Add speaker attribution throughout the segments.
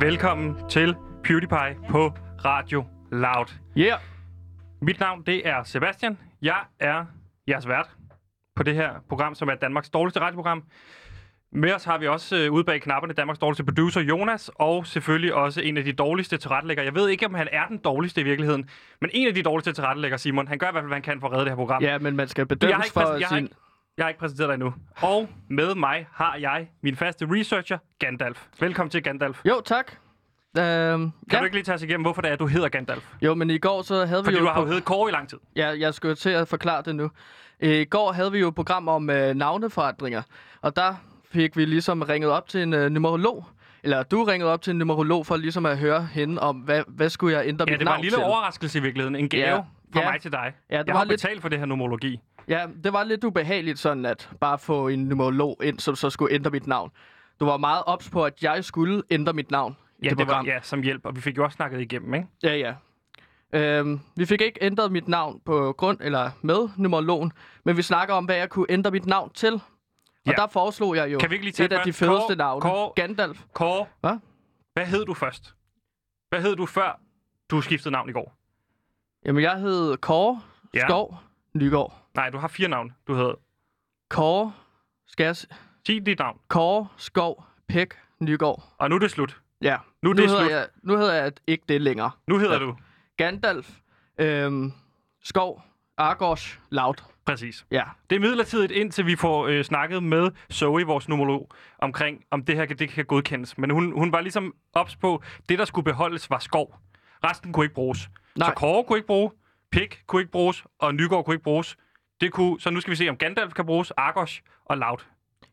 Speaker 1: Velkommen til PewDiePie på Radio Loud.
Speaker 2: Yeah.
Speaker 1: Mit navn det er Sebastian. Jeg er jeres vært på det her program, som er Danmarks dårligste radioprogram. Med os har vi også øh, ude bag knapperne Danmarks dårligste producer Jonas, og selvfølgelig også en af de dårligste tilrettelæggere. Jeg ved ikke, om han er den dårligste i virkeligheden, men en af de dårligste tilrettelæggere, Simon. Han gør i hvert fald, hvad han kan for at redde det her program.
Speaker 2: Ja, men man skal
Speaker 1: jeg har
Speaker 2: bedømmes
Speaker 1: ikke,
Speaker 2: for
Speaker 1: præs- jeg, har
Speaker 2: sin...
Speaker 1: ikke, jeg har ikke præsenteret dig endnu. Og med mig har jeg min faste researcher, Gandalf. Velkommen til, Gandalf.
Speaker 2: Jo, tak. Øhm,
Speaker 1: Kan ja. du ikke lige tage os igennem, hvorfor det er, du hedder Gandalf?
Speaker 2: Jo, men i går så havde
Speaker 1: Fordi
Speaker 2: vi jo...
Speaker 1: du har jo
Speaker 2: på-
Speaker 1: heddet Kåre i lang tid.
Speaker 2: Ja, jeg skal jo til at forklare det nu. I går havde vi jo et program om øh, navneforandringer, og der fik vi ligesom ringet op til en øh, numerolog. Eller du ringede op til en numerolog for ligesom at høre hende om, hvad, hvad skulle jeg ændre
Speaker 1: Ja,
Speaker 2: mit
Speaker 1: det var en
Speaker 2: navn
Speaker 1: lille
Speaker 2: til.
Speaker 1: overraskelse i virkeligheden. En gave
Speaker 2: Ja.
Speaker 1: fra
Speaker 2: Ja.
Speaker 1: mig til dig.
Speaker 2: Ja, det
Speaker 1: jeg
Speaker 2: var
Speaker 1: har
Speaker 2: lidt-
Speaker 1: betalt for det her nomologi.
Speaker 2: Ja, det var lidt ubehageligt sådan at bare få en numerolog ind, som så skulle ændre mit navn. Du var meget ops på, at jeg skulle ændre mit navn i
Speaker 1: Ja,
Speaker 2: det
Speaker 1: det var,
Speaker 2: program.
Speaker 1: ja, som hjælp, og vi fik jo også snakket igennem, ikke?
Speaker 2: Ja, ja. Øhm, vi fik ikke ændret mit navn på grund eller med numerologen, men vi snakker om, hvad jeg kunne ændre mit navn til. Og
Speaker 1: Ja.
Speaker 2: der foreslog jeg jo
Speaker 1: Kan vi ikke lige tage
Speaker 2: et af
Speaker 1: først?
Speaker 2: de fedeste
Speaker 1: Kåre-
Speaker 2: navne.
Speaker 1: Kåre-
Speaker 2: Gandalf.
Speaker 1: Kåre,
Speaker 2: Hva?
Speaker 1: hvad hed du først? Hvad hed du før du skiftede navn i går?
Speaker 2: Jamen, jeg hed Kåre
Speaker 1: Ja.
Speaker 2: Skov Nygaard.
Speaker 1: Nej, du har fire navne. Du hed
Speaker 2: Kåre, skal jeg s-
Speaker 1: Sig dit navn.
Speaker 2: Kåre Skov Pæk Nygaard.
Speaker 1: Og nu er det slut.
Speaker 2: Ja,
Speaker 1: Nu er det
Speaker 2: hedder
Speaker 1: slut.
Speaker 2: jeg, nu hedder jeg ikke det længere.
Speaker 1: Nu hedder
Speaker 2: Ja.
Speaker 1: du.
Speaker 2: Gandalf, øhm, Skov, Argos, Laut.
Speaker 1: Præcis.
Speaker 2: Ja,
Speaker 1: Det er midlertidigt, indtil vi får øh, snakket med Zoe, vores numerolog, omkring, om det her kan- det kan godkendes. Men hun, hun var ligesom ops på, det der skulle beholdes var skov. Resten kunne ikke bruges. Nej.
Speaker 2: Nej.
Speaker 1: Så Kåre kunne ikke bruge, Pik kunne ikke bruges, og Nygaard kunne ikke bruges. Det kunne, så nu skal vi se, om Gandalf kan bruges, Argos og Loud.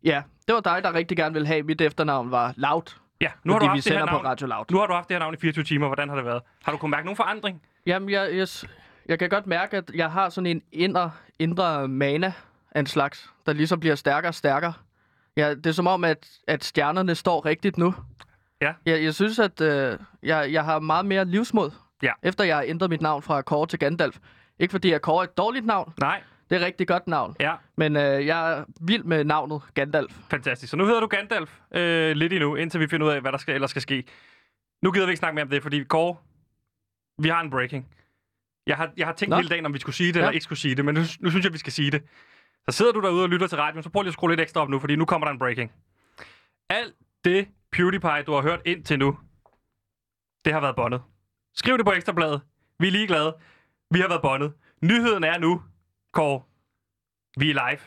Speaker 2: ja. Det var dig, der rigtig gerne ville have, at mit efternavn var Laut.
Speaker 1: Ja, nu har, du
Speaker 2: fordi
Speaker 1: haft
Speaker 2: vi
Speaker 1: det her
Speaker 2: sender på
Speaker 1: navn,
Speaker 2: Radio Loud.
Speaker 1: nu har du haft det her navn i 24 timer. Hvordan har det været? Har du kunnet mærke nogen forandring?
Speaker 2: Jamen, jeg, jeg, s- jeg kan godt mærke, at jeg har sådan en indre, indre mana af en slags, der ligesom bliver stærkere og stærkere. Ja, det er som om, at, at stjernerne står rigtigt nu.
Speaker 1: Ja.
Speaker 2: Jeg, jeg synes, at øh, jeg, jeg har meget mere livsmod,
Speaker 1: Ja.
Speaker 2: efter jeg har ændret mit navn fra Kåre til Gandalf. Ikke fordi at Kåre er et dårligt navn,
Speaker 1: Nej.
Speaker 2: det er et rigtig godt navn,
Speaker 1: Ja,
Speaker 2: men øh, jeg er vild med navnet Gandalf.
Speaker 1: fantastisk. Så nu hedder du Gandalf øh, lidt endnu, indtil vi finder ud af, hvad der skal, ellers skal ske. Nu gider vi ikke snakke mere om det, fordi Kåre, vi har en breaking. Jeg har, jeg har tænkt Nå.
Speaker 2: Nå.
Speaker 1: hele dagen, om vi skulle sige det ja.
Speaker 2: Ja.
Speaker 1: eller ikke skulle sige det, men nu, nu synes jeg, vi skal sige det. Så sidder du derude og lytter til radioen, så prøv lige at skrue lidt ekstra op nu, fordi nu kommer der en breaking. Alt det PewDiePie, du har hørt indtil nu, det har været bondet. Skriv det på Ekstrabladet. Vi er ligeglade. Vi har været bondet. Nyheden er nu, Kåre, vi er live.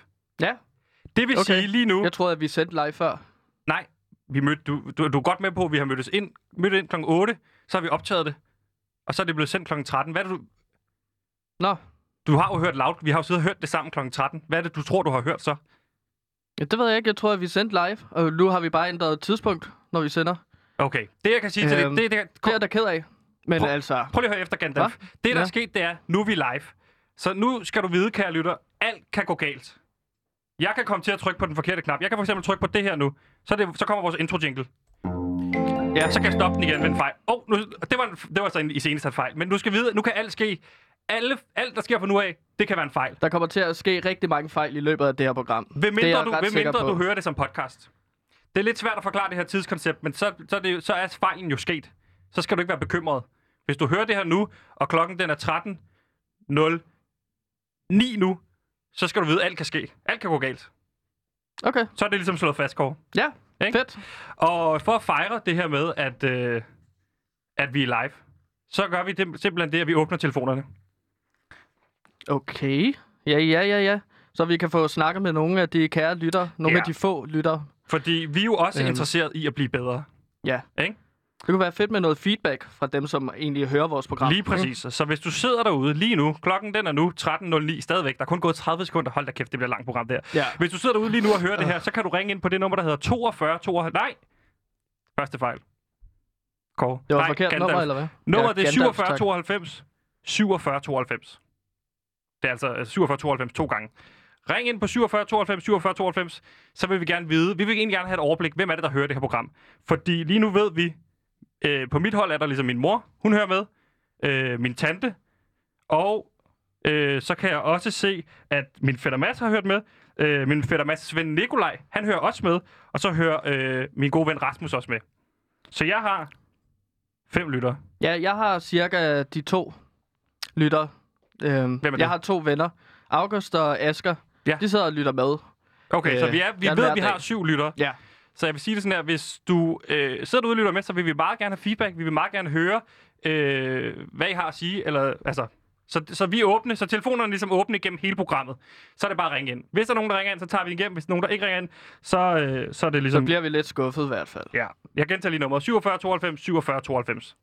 Speaker 2: Ja,
Speaker 1: Det vil okay.
Speaker 2: Okay.
Speaker 1: sige lige nu...
Speaker 2: jeg troede, at vi sendte live før.
Speaker 1: Nej, vi mødte, du, du, du er godt med på, at vi har mødtes ind, mødt ind kl. 8, så har vi optaget det, og så er det blevet sendt kl. 13. Hvad er det, du,
Speaker 2: Nå,
Speaker 1: du har jo hørt loud, vi har jo siddet og hørt det sammen kl. 13. Hvad er det, du tror, du har hørt så?
Speaker 2: ja, det ved jeg ikke. Jeg tror, at vi sendte live, og nu har vi bare ændret tidspunkt, når vi sender.
Speaker 1: Okay, det jeg kan sige til
Speaker 2: Øhm,
Speaker 1: det, det, det,
Speaker 2: Det er
Speaker 1: kom,
Speaker 2: jeg da ked af. Men
Speaker 1: Prøv-
Speaker 2: altså,
Speaker 1: prøv lige at høre efter, Gandalf.
Speaker 2: Hva?
Speaker 1: Det, der
Speaker 2: Ja.
Speaker 1: er sket, det er, nu er vi live. Så nu skal du vide, kære lytter, alt kan gå galt. Jeg kan komme til at trykke på den forkerte knap. Jeg kan for eksempel trykke på det her nu. Så, er det, så kommer vores intro jingle.
Speaker 2: Ja.
Speaker 1: Så kan jeg stoppe den igen ved en fejl. Oh, nu, det, var, en- det var så en i seneste fejl. Men du skal vide, nu kan alt ske. Alle, alt, der sker fra nu af, det kan være en fejl.
Speaker 2: der kommer til at ske rigtig mange fejl i løbet af det her program.
Speaker 1: Hvem
Speaker 2: det er
Speaker 1: mindre,
Speaker 2: jeg
Speaker 1: du,
Speaker 2: ret
Speaker 1: hvem
Speaker 2: sikker
Speaker 1: mindre
Speaker 2: på.
Speaker 1: du hører det som podcast. Det er lidt svært at forklare det her tidskoncept, men så, så, er det, så er fejlen jo sket. Så skal du ikke være bekymret. Hvis du hører det her nu, og klokken den er 13.09 nu, så skal du vide, at alt kan ske. Alt kan gå galt.
Speaker 2: Okay,
Speaker 1: Så er det ligesom slået fast, Kåre.
Speaker 2: ja,
Speaker 1: Ikke?
Speaker 2: fedt.
Speaker 1: Og for at fejre det her med, at, øh, at vi er live, så gør vi det, simpelthen det, at vi åbner telefonerne.
Speaker 2: Okay, ja, ja, ja, ja. Så vi kan få snakket med nogle af de kære lytter, nogle
Speaker 1: Ja.
Speaker 2: af de få lytter.
Speaker 1: Fordi vi er jo også
Speaker 2: Øhm.
Speaker 1: interesseret i at blive bedre.
Speaker 2: Ja.
Speaker 1: Ikke?
Speaker 2: Det kunne være fedt med noget feedback fra dem, som egentlig hører vores program. Mm.
Speaker 1: Lige præcis. Så hvis du sidder derude lige nu, klokken den er nu 13.09 stadigvæk, der er kun gået 30 sekunder, hold da kæft, det bliver et langt program der.
Speaker 2: Ja.
Speaker 1: Hvis du sidder derude lige nu og hører det her, så kan du ringe ind på det nummer, der hedder 42 42, nej, første fejl. Kåre.
Speaker 2: Det var
Speaker 1: nej,
Speaker 2: forkert
Speaker 1: Gandalf.
Speaker 2: nummer, eller hvad?
Speaker 1: Nummeret det er
Speaker 2: Gandalf,
Speaker 1: 47
Speaker 2: tak.
Speaker 1: 92. 47 92. Det er altså øh, 47 92 to gange. Ring ind på 47 92 47 92, så vil vi gerne vide, vi vil egentlig gerne have et overblik, hvem er det, der hører det her program. Fordi lige nu ved vi, øh, på mit hold er der ligesom min mor, hun hører med, øh, min tante, og øh, så kan jeg også se, at min fætter Mads har hørt med, øh, min fætter Mads Svend Nikolaj, han hører også med, og så hører øh, min gode ven Rasmus også med. Så jeg har Fem lytter.
Speaker 2: Ja, jeg har cirka de to lytter. Øhm,
Speaker 1: Hvem er det?
Speaker 2: jeg har to venner. August og Asker.
Speaker 1: Ja.
Speaker 2: De sidder og lytter med.
Speaker 1: Okay, øh, så
Speaker 2: Øh,
Speaker 1: vi, er, vi
Speaker 2: jeg er
Speaker 1: ved,
Speaker 2: hver
Speaker 1: at vi
Speaker 2: dag.
Speaker 1: har syv lytter.
Speaker 2: Ja.
Speaker 1: Så jeg vil sige det sådan her, hvis du øh, sidder derude og lytter med, så vil vi meget gerne have feedback. Vi vil meget gerne høre, øh, hvad I har at sige. Eller, altså, så, så vi er åbne, så telefonerne er ligesom åbne gennem hele programmet. Så er det bare at ringe ind. Hvis der er nogen, der ringer ind, så tager vi den igennem. Hvis der er nogen, der ikke ringer ind, så, øh, så er det
Speaker 2: Så
Speaker 1: ligesom...
Speaker 2: bliver vi lidt skuffet i hvert fald.
Speaker 1: Ja, jeg gentager lige nummeret. 47 92 47 92.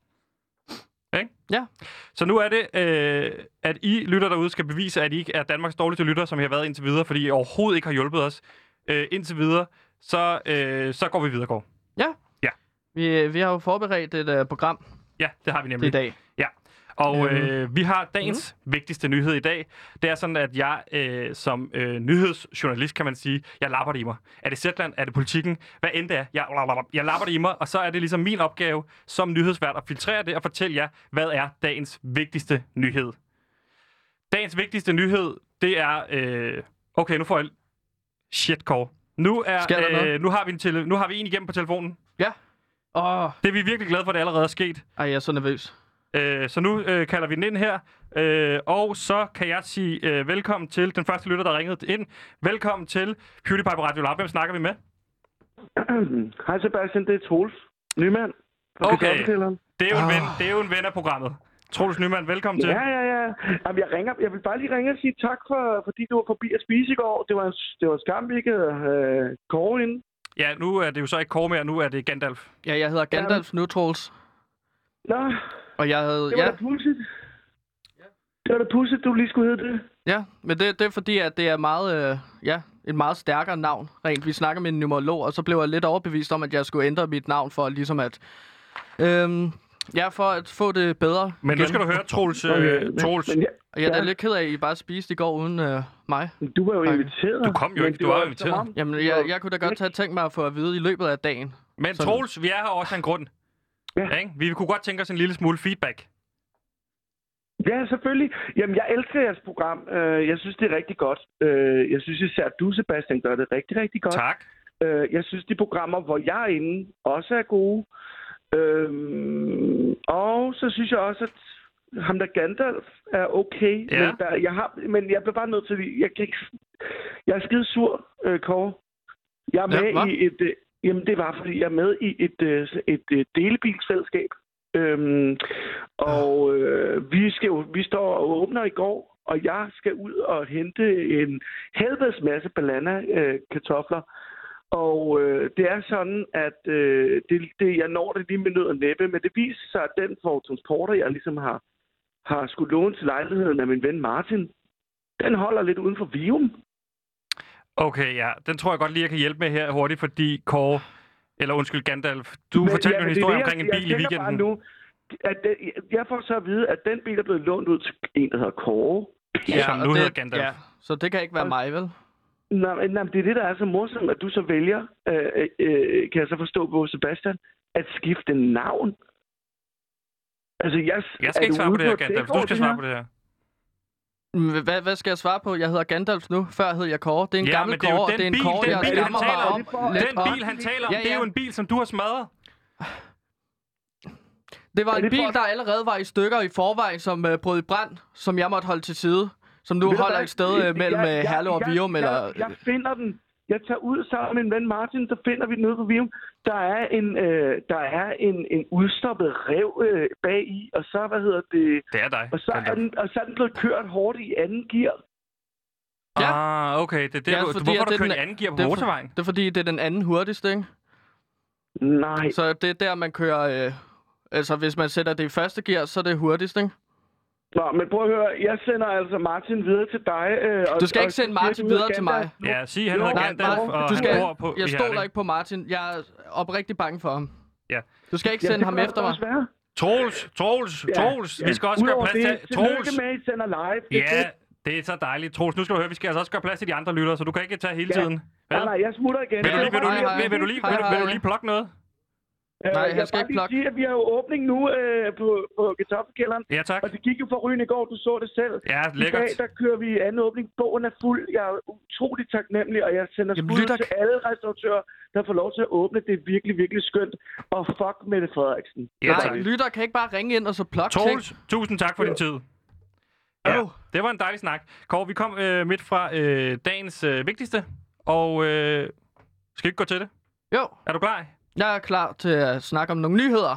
Speaker 1: Ikke?
Speaker 2: Ja.
Speaker 1: Så nu er det, øh, at I lytter derude skal bevise, at I ikke er Danmarks dårligste lytter, som I har været indtil videre, fordi I overhovedet ikke har hjulpet os øh, indtil videre. Så, øh, så går vi videre, Kåre.
Speaker 2: Vi, øh, vi har jo forberedt et uh, program
Speaker 1: Ja, det har vi nemlig.
Speaker 2: i dag.
Speaker 1: Og
Speaker 2: Øhm. Mhm.
Speaker 1: øh, vi har dagens mm. vigtigste nyhed i dag. Det er sådan, at jeg øh, som øh, nyhedsjournalist, kan man sige, jeg lapper det i mig. Er det Zetland? Er det politikken? Hvad end det er, jeg, jeg lapper det i mig. Og så er det ligesom min opgave som nyhedsvært at filtrere det og fortælle jer, hvad er dagens vigtigste nyhed. Dagens vigtigste nyhed, det er... Øh, okay, nu får jeg... Shit, Kåre. Nu,
Speaker 2: Sker der
Speaker 1: er, øh,
Speaker 2: noget?
Speaker 1: nu, har vi en tele- nu har vi en igennem på telefonen.
Speaker 2: Åh, oh,
Speaker 1: Det er vi virkelig glade for, at det allerede er sket.
Speaker 2: ej, jeg er så nervøs.
Speaker 1: Øh, så nu øh, kalder vi den ind her, øh, og så kan jeg sige øh, velkommen til den første lytter, der ringede ind. Velkommen til PewDiePie på Radio Lab. Hvem snakker vi med?
Speaker 3: Hej Sebastian, det er Troels. Nymand. fra
Speaker 1: Okay.
Speaker 3: Kartoffelkælderen.
Speaker 1: Det er jo en,
Speaker 2: Ah.
Speaker 1: ven, det er jo en ven af programmet. Troels Nyman, velkommen til.
Speaker 3: Ja, ja, ja. Jamen, jeg, ringer, jeg vil bare lige ringe og sige tak, for, fordi du var forbi at spise i går. Det var, det var skam, vi ikke havde øh, Kåre inde.
Speaker 1: Ja, nu er det jo så ikke Kåre mere, nu er det Gandalf.
Speaker 2: Ja, jeg hedder Gandalf nu, Troels.
Speaker 3: Nå,
Speaker 2: Og jeg havde...
Speaker 3: det var
Speaker 2: Ja,
Speaker 3: da pudsigt. Det var da pudsigt, du lige skulle hedde det.
Speaker 2: ja, men det, det er fordi, at det er meget... Øh, ja, et meget stærkere navn, rent. Vi snakker med en numerolog, og så blev jeg lidt overbevist om, at jeg skulle ændre mit navn for ligesom at... Øhm, ja, for at få det bedre.
Speaker 1: Men nu
Speaker 2: igen.
Speaker 1: skal du høre, Troels.
Speaker 3: Okay,
Speaker 1: Øh,
Speaker 3: men-
Speaker 1: Troels.
Speaker 3: Men, ja,
Speaker 2: Og jeg er da
Speaker 3: Ja.
Speaker 2: lidt ked af, at I bare spiste i går uden øh, mig.
Speaker 3: du var jo
Speaker 2: Tak.
Speaker 3: inviteret.
Speaker 1: Du kom jo
Speaker 3: men
Speaker 1: ikke, du
Speaker 3: det
Speaker 1: var jo
Speaker 3: også
Speaker 1: inviteret.
Speaker 3: ham.
Speaker 2: Jamen, jeg, jeg kunne da godt have tænkt mig at få at vide i løbet af dagen.
Speaker 1: Men
Speaker 2: Sådan.
Speaker 1: Troels, vi er her også af en grund.
Speaker 3: Ja.
Speaker 1: Ikke? Vi kunne godt tænke os en lille smule feedback.
Speaker 3: Ja, selvfølgelig. Jamen, jeg elsker jeres program. Øh, Jeg synes, det er rigtig godt. Øh, Jeg synes især, du, Sebastian, gør det rigtig, rigtig godt.
Speaker 1: Tak.
Speaker 3: Øh, jeg synes, de programmer, hvor jeg er inde, også er gode. Øhm, og så synes jeg også, at ham der Gandalf er okay.
Speaker 1: Ja.
Speaker 3: Men, der, jeg har, men jeg bliver bare nødt til at... Jeg, kan ikke, jeg er skide sur, øh, Kåre. Jeg er
Speaker 2: Ja,
Speaker 3: med
Speaker 2: hva?
Speaker 3: ja, i et... Øh, jamen, det var, fordi jeg er med i et, øh, et øh, delebilsselskab. Øhm, og øh, vi, skal jo, vi står og åbner i går, og jeg skal ud og hente en helvedes masse banana-kartofler. og øh, det er sådan, at øh, det, det, jeg når det lige med nød og næppe, men det viser sig, at den for transporter, jeg ligesom har, har skulle låne til lejligheden af min ven Martin, den holder lidt uden for Vium.
Speaker 1: Okay, ja. Den tror jeg godt lige, jeg kan hjælpe med her hurtigt, fordi Kåre... Eller undskyld, Gandalf. Du
Speaker 3: Men-
Speaker 1: fortalte jo en
Speaker 3: men det er
Speaker 1: historie
Speaker 3: det, jeg-
Speaker 1: omkring en
Speaker 3: jeg
Speaker 1: bil i
Speaker 3: tænker bare
Speaker 1: weekenden.
Speaker 3: Nu, at det, jeg får så at vide, at den bil er blevet lånt ud til en, der hedder Kåre.
Speaker 1: Ja,
Speaker 2: og
Speaker 1: Ligesom nu hedder Gandalf.
Speaker 2: Ja, så det kan ikke være
Speaker 3: Og-
Speaker 2: mig, vel?
Speaker 3: Nå, men- nå, men det er det, der er så morsomt, at du så vælger, øh, øh, øh, kan jeg så forstå på Sebastian, at skifte navn. Altså, jeg,
Speaker 1: Jeg skal ikke svare på det her, Gandalf. Du skal svare på det her.
Speaker 2: Mm, Hvad, hvad skal jeg svare på? Jeg hedder Gandalf nu. Før hed jeg Kåre. Det er en
Speaker 1: Ja,
Speaker 2: gammel
Speaker 1: men det er jo
Speaker 2: Kåre, og
Speaker 1: den
Speaker 2: det er en
Speaker 1: bil-
Speaker 2: Kåre,
Speaker 1: den
Speaker 2: jeg
Speaker 1: bil, han
Speaker 2: skammer
Speaker 1: taler
Speaker 2: mig
Speaker 3: om.
Speaker 2: om.
Speaker 3: Det er for-
Speaker 2: lidt
Speaker 1: Den
Speaker 2: om.
Speaker 1: bil, han taler om,
Speaker 2: Ja,
Speaker 1: det er
Speaker 2: ja.
Speaker 1: jo en bil, som du har smadret.
Speaker 2: Det var
Speaker 3: Er
Speaker 2: en
Speaker 3: det
Speaker 2: bil,
Speaker 3: for-
Speaker 2: der allerede var i stykker i forvejen, som øh, brød i brand, som jeg måtte holde til side. Som nu
Speaker 3: Ved du
Speaker 2: holder
Speaker 3: hvad?
Speaker 2: et sted øh, mellem øh, Herlev og Vium,
Speaker 3: jeg,
Speaker 2: eller...
Speaker 3: Jeg, jeg finder den. Jeg tager ud sammen med min ven Martin, så finder vi den ude på Vium. Der er en, øh, der er en, en udstoppet rev øh, bag i, og så, hvad hedder det,
Speaker 1: Det er dig.
Speaker 3: og så, er den, og så er den blevet kørt hårdt i anden gear.
Speaker 2: Ja.
Speaker 1: Ah, okay. Det, er det,
Speaker 2: Ja,
Speaker 1: ja, du,
Speaker 2: fordi
Speaker 1: hvorfor
Speaker 2: at
Speaker 1: har du
Speaker 2: det
Speaker 1: kørt i
Speaker 2: er den-
Speaker 1: anden gear på
Speaker 2: det er for-
Speaker 1: motorvejen?
Speaker 2: Det er fordi, det er den anden hurtigste, ikke?
Speaker 3: Nej,
Speaker 2: Så det er der, man kører... Øh, altså, hvis man sætter det i første gear, så er det hurtigst, ikke?
Speaker 3: Nå, men prøv at høre, jeg sender altså Martin videre til dig. Øh, og,
Speaker 2: Du skal
Speaker 3: og
Speaker 2: ikke sende
Speaker 3: siger,
Speaker 2: Martin
Speaker 3: du er
Speaker 2: videre til
Speaker 3: Gandalf.
Speaker 2: mig.
Speaker 1: Ja, sig, han
Speaker 3: Jo,
Speaker 1: hedder
Speaker 3: nej,
Speaker 1: Gandalf,
Speaker 3: nej,
Speaker 1: og
Speaker 2: du
Speaker 1: han
Speaker 2: skal,
Speaker 1: bor på
Speaker 2: jeg
Speaker 1: i
Speaker 2: stoler
Speaker 1: Herlev.
Speaker 2: ikke på Martin. Jeg er oprigtigt bange for ham.
Speaker 1: Ja.
Speaker 2: Du skal ikke
Speaker 3: Ja,
Speaker 2: sende
Speaker 3: det
Speaker 2: ham
Speaker 3: kan
Speaker 2: efter
Speaker 3: godt
Speaker 2: mig.
Speaker 3: Være.
Speaker 1: Troels, Troels,
Speaker 3: Ja,
Speaker 1: Troels. Vi skal også gøre
Speaker 3: Udover
Speaker 1: plads
Speaker 3: det,
Speaker 1: til... Troels.
Speaker 3: Tillykke med, at I sender live. Det er
Speaker 1: Ja,
Speaker 3: fedt.
Speaker 1: det er så dejligt. Troels, nu skal du høre, vi skal altså også gøre plads til de andre lyttere, så du kan ikke tage hele
Speaker 3: Ja.
Speaker 1: tiden. Hvad?
Speaker 3: Nej, nej, jeg smutter igen.
Speaker 1: Vil du lige, vil du
Speaker 2: Hej,
Speaker 1: lige,
Speaker 2: hej.
Speaker 1: vil- vil du lige,
Speaker 2: Hej,
Speaker 1: vil du- vil du
Speaker 2: hej.
Speaker 1: lige plukke noget?
Speaker 2: Nej,
Speaker 4: Øh,
Speaker 2: han
Speaker 4: jeg
Speaker 2: skal
Speaker 4: vil
Speaker 2: ikke
Speaker 4: bare lige
Speaker 2: plukke.
Speaker 4: sige, at vi har jo åbning nu øh, på, på kartoffelkælderen.
Speaker 1: Ja, tak.
Speaker 4: Og det gik jo forrygende i går, du så det selv.
Speaker 1: Ja,
Speaker 4: I dag,
Speaker 1: lækkert.
Speaker 4: der kører vi anden åbning. Bogen er fuld. Jeg er utrolig taknemmelig, og jeg sender
Speaker 2: Jamen,
Speaker 4: skud
Speaker 2: lytter-
Speaker 4: til alle restauratører, der får lov til at åbne. Det er virkelig, virkelig skønt. Og fuck Mette Frederiksen.
Speaker 1: Ja,
Speaker 2: Nej,
Speaker 1: tak.
Speaker 2: lytter kan ikke bare ringe ind og så plukke ting.
Speaker 1: Troels, tusind tak for din tid. Ja,
Speaker 2: Øv.
Speaker 1: det var en dejlig snak. Kåre, vi kom øh, midt fra øh, dagens øh, vigtigste, og øh, skal vi ikke gå til det?
Speaker 2: Jo,
Speaker 1: Er du klar?
Speaker 2: jeg er klar til at snakke om nogle nyheder.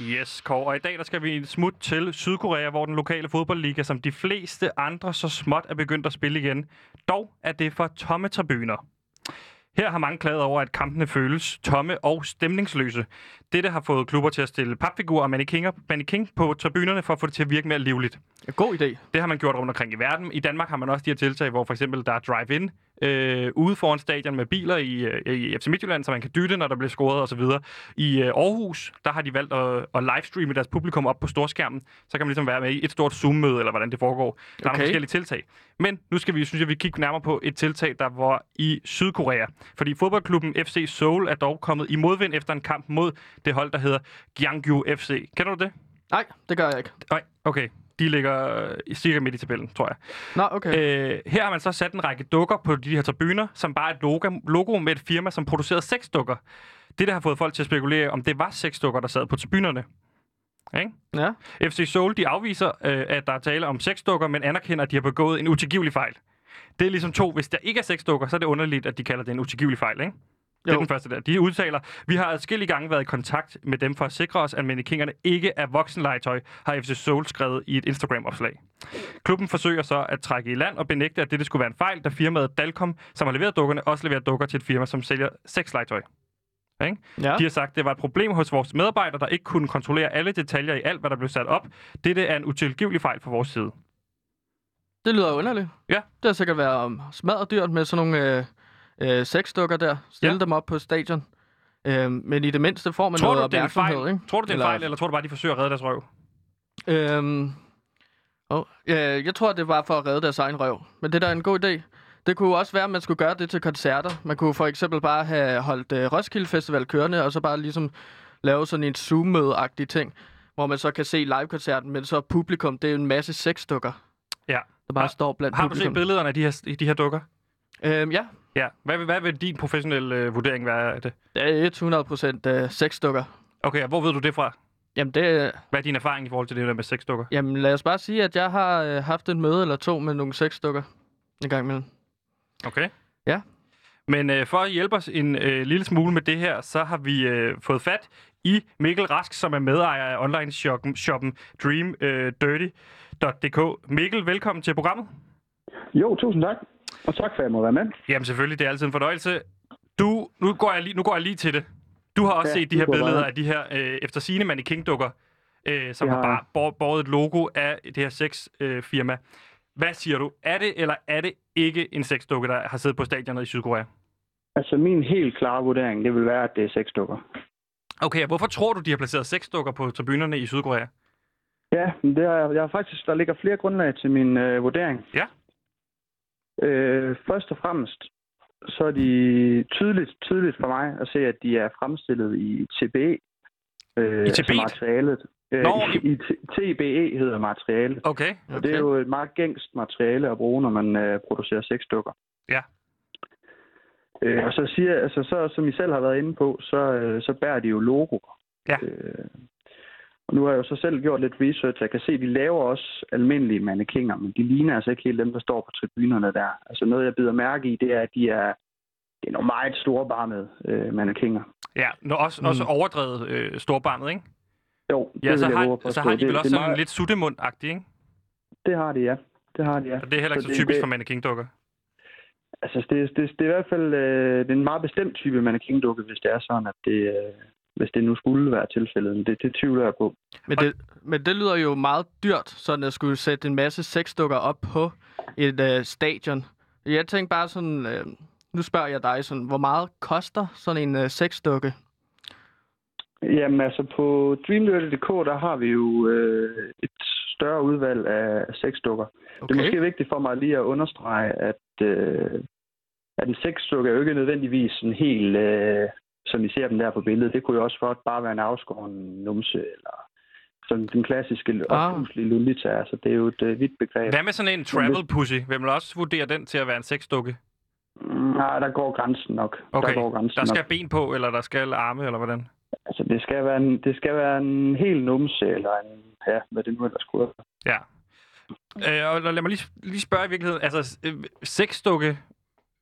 Speaker 1: Yes, Kåre. Og i dag der skal vi en smut til Sydkorea, hvor den lokale fodboldliga, som de fleste andre så småt er begyndt at spille igen. Dog er det for tomme tribuner. Her har mange klaget over, at kampene føles tomme og stemningsløse. Dette har fået klubber til at stille papfigurer og mannequiner mannequin på tribunerne for at få det til at virke mere livligt.
Speaker 2: God idé.
Speaker 1: Det har man gjort rundt omkring i verden. I Danmark har man også de her tiltag, hvor for eksempel der er drive-in øh, ude foran stadion med biler i, øh, i FC Midtjylland, så man kan dytte, når der bliver scoret osv. I øh, Aarhus, der har de valgt at, at livestreame deres publikum op på storskærmen. Så kan man ligesom være med i et stort Zoom-møde, eller hvordan det foregår. Der er
Speaker 2: Okay.
Speaker 1: nogle forskellige tiltag. Men nu skal vi, synes jeg, vi kigge nærmere på et tiltag, der var i Sydkorea. Fordi fodboldklubben FC Seoul er dog kommet i modvind efter en kamp mod det hold, der hedder Gyeongju FC. Kender du det?
Speaker 2: Nej, det gør jeg ikke.
Speaker 1: Nej, okay. De ligger øh, cirka midt i tabellen, tror jeg.
Speaker 2: Nå, okay.
Speaker 1: Øh, her har man så sat en række dukker på de her tribuner, som bare er et logo, logo med et firma, som producerede seks dukker. Det, der har fået folk til at spekulere, om det var seks dukker, der sad på tribunerne. Ikke?
Speaker 2: Ja.
Speaker 1: FC Seoul, de afviser, øh, at der er tale om seks dukker, men anerkender, at de har begået en utilgivelig fejl. Det er ligesom to. Hvis der ikke er seks dukker, så er det underligt, at de kalder det en utilgivelig fejl, ikke? Det er
Speaker 2: Jo.
Speaker 1: den første der. De udtaler, vi har adskillige gange været i kontakt med dem for at sikre os, at mannequinerne ikke er voksenlegetøj, har FC Seoul skrevet i et Instagram-opslag. Klubben forsøger så at trække i land og benægte, at dette skulle være en fejl, da firmaet Dalcom, som har leveret dukkerne, også leverer dukker til et firma, som sælger sexlegetøj. Ikke?
Speaker 2: Ja.
Speaker 1: De har sagt, at det var et problem hos vores medarbejdere, der ikke kunne kontrollere alle detaljer i alt, hvad der blev sat op. Dette er en utilgivelig fejl fra vores side.
Speaker 2: Det lyder underligt.
Speaker 1: Ja.
Speaker 2: Det har sikkert været um, smadret dyrt med sådan nogle øh, øh, sexdukker der. Stille
Speaker 1: Ja.
Speaker 2: ja. dem op på stadion. Øh, men i det mindste får man
Speaker 1: Tror
Speaker 2: noget
Speaker 1: du, det er en fejl?
Speaker 2: opmærksomhed, ikke?
Speaker 1: Tror du, det er en
Speaker 2: Eller-
Speaker 1: fejl, eller tror du bare, de forsøger at redde deres røv?
Speaker 2: Øhm, oh, øh, jeg tror, det var for at redde deres egen røv. Men det der er da en god idé. Det kunne også være, at man skulle gøre det til koncerter. Man kunne for eksempel bare have holdt øh, Roskilde Festival kørende, og så bare ligesom lave sådan en Zoom-møde-agtig ting, hvor man så kan se live-koncerten, men så publikum, det er en masse sexdukker,
Speaker 1: Ja.
Speaker 2: der bare
Speaker 1: Har-
Speaker 2: står blandt
Speaker 1: Har du set
Speaker 2: publikum.
Speaker 1: billederne af de her, de her dukker?
Speaker 2: øhm, ja,
Speaker 1: Ja. Hvad, vil- hvad vil din professionelle øh, vurdering være af det?
Speaker 2: det er 100 procent øh, sexdukker.
Speaker 1: Okay, og hvor ved du det fra?
Speaker 2: Jamen, det,
Speaker 1: Hvad er din erfaring i forhold til det der med seks dukker?
Speaker 2: jamen, lad os bare sige, at jeg har øh, haft en møde eller to med nogle sexdukker en gang imellem.
Speaker 1: Okay.
Speaker 2: Ja.
Speaker 1: Men øh, for at hjælpe os en øh, lille smule med det her, så har vi øh, fået fat i Mikkel Rask, som er medejer af online-shoppen shoppen øh, dreamdirty.dk. Mikkel, velkommen til programmet.
Speaker 3: Jo, tusind tak. Og tak for, at jeg må være med.
Speaker 1: Jamen selvfølgelig, det er altid en fornøjelse. Du, nu går jeg lige, nu går jeg lige til det. Du har også ja,
Speaker 3: Ja,
Speaker 1: set de
Speaker 3: det
Speaker 1: her
Speaker 3: går
Speaker 1: billeder
Speaker 3: meget.
Speaker 1: af de her øh, efter sine mannequin-dukker, øh, som
Speaker 3: Det
Speaker 1: har
Speaker 3: har
Speaker 1: bare
Speaker 3: jeg.
Speaker 1: bor- båret et logo af det her sexfirma. Øh, firma. Hvad siger du? Er det eller er det ikke en sexdukke, der har siddet på stadionet i Sydkorea?
Speaker 3: Altså, min helt klare vurdering, det vil være, at det er seks dukker.
Speaker 1: Okay, og hvorfor tror du, de har placeret sexdukker på tribunerne i Sydkorea?
Speaker 3: Ja, men det er, jeg har faktisk, der ligger flere grundlag til min øh, vurdering.
Speaker 1: Ja.
Speaker 3: Øh, først og fremmest, så er de tydeligt, tydeligt for mig at se, at de er fremstillet i TBE. Øh,
Speaker 1: I
Speaker 3: Altså
Speaker 1: Tibet?
Speaker 3: materialet. Øh,
Speaker 1: Nå,
Speaker 3: i, i T- TBE hedder materialet.
Speaker 1: Okay.
Speaker 3: Okay. Det er jo et meget gængst materiale at bruge, når man øh, producerer sexdukker.
Speaker 1: Ja.
Speaker 3: Øh, og så siger altså så, som I selv har været inde på, så, øh, så bærer de jo logoer.
Speaker 1: Ja.
Speaker 3: Øh, og nu har jeg jo så selv gjort lidt research. Jeg kan se, at de laver også almindelige mannekinger, men de ligner altså ikke helt dem, der står på tribunerne der. Altså noget, jeg bider mærke i, det er, at de er, det er nogle meget store barmede øh, mannekinger.
Speaker 1: Ja, nå, også, også overdrevet øh, storbarnet, ikke?
Speaker 3: Jo,
Speaker 1: Ja,
Speaker 3: det
Speaker 1: så
Speaker 3: Hmm. vil jeg våge
Speaker 1: har,
Speaker 3: at
Speaker 1: så
Speaker 3: påstå.
Speaker 1: har de
Speaker 3: Det-
Speaker 1: vel også
Speaker 3: det, er
Speaker 1: sådan lidt suttemund-agtigt, ikke?
Speaker 3: Det har de, ja. Det har de, ja.
Speaker 1: Så det er heller ikke så,
Speaker 3: det-
Speaker 1: typisk
Speaker 3: det-
Speaker 1: for mannequin-dukker.
Speaker 3: Altså, det, det, det er i hvert fald øh, det er en meget bestemt type mannequin-dukke, hvis det er sådan, at det, øh, hvis det nu skulle være tilfældet. Men det, det tvivler jeg på.
Speaker 2: Men det, men det lyder jo meget dyrt, sådan at skulle sætte en masse sexdukker op på et øh, stadion. Jeg tænkte bare sådan, øh, nu spørger jeg dig sådan, hvor meget koster sådan en øh, sexdukke?
Speaker 3: Jamen altså på dreamlyrte.dk, der har vi jo øh, et større udvalg af sexdukker. Okay. Det er måske vigtigt for mig lige at understrege, at, øh, at en sexdukke er jo ikke nødvendigvis en helt, øh, som I ser dem der på billedet. Det kunne jo også godt bare være en afskåren numse, eller sådan den klassiske
Speaker 2: Ah.
Speaker 3: ah. lolita. Altså det er jo et øh, vidt begreb.
Speaker 1: Hvad med sådan en travel pussy? Vil man også vurdere den til at være en sexdukke?
Speaker 3: Mm, Nej, der går grænsen nok.
Speaker 1: Okay,
Speaker 3: Der går grænsen
Speaker 1: Der skal
Speaker 3: nok.
Speaker 1: ben på, eller der skal arme, eller hvordan?
Speaker 3: Altså, det skal være en, det skal være en hel numse, eller en, ja, hvad det nu ellers kunne være.
Speaker 1: Ja. Øh, og lad mig lige, lige spørge i virkeligheden. Altså, øh, sexdukke,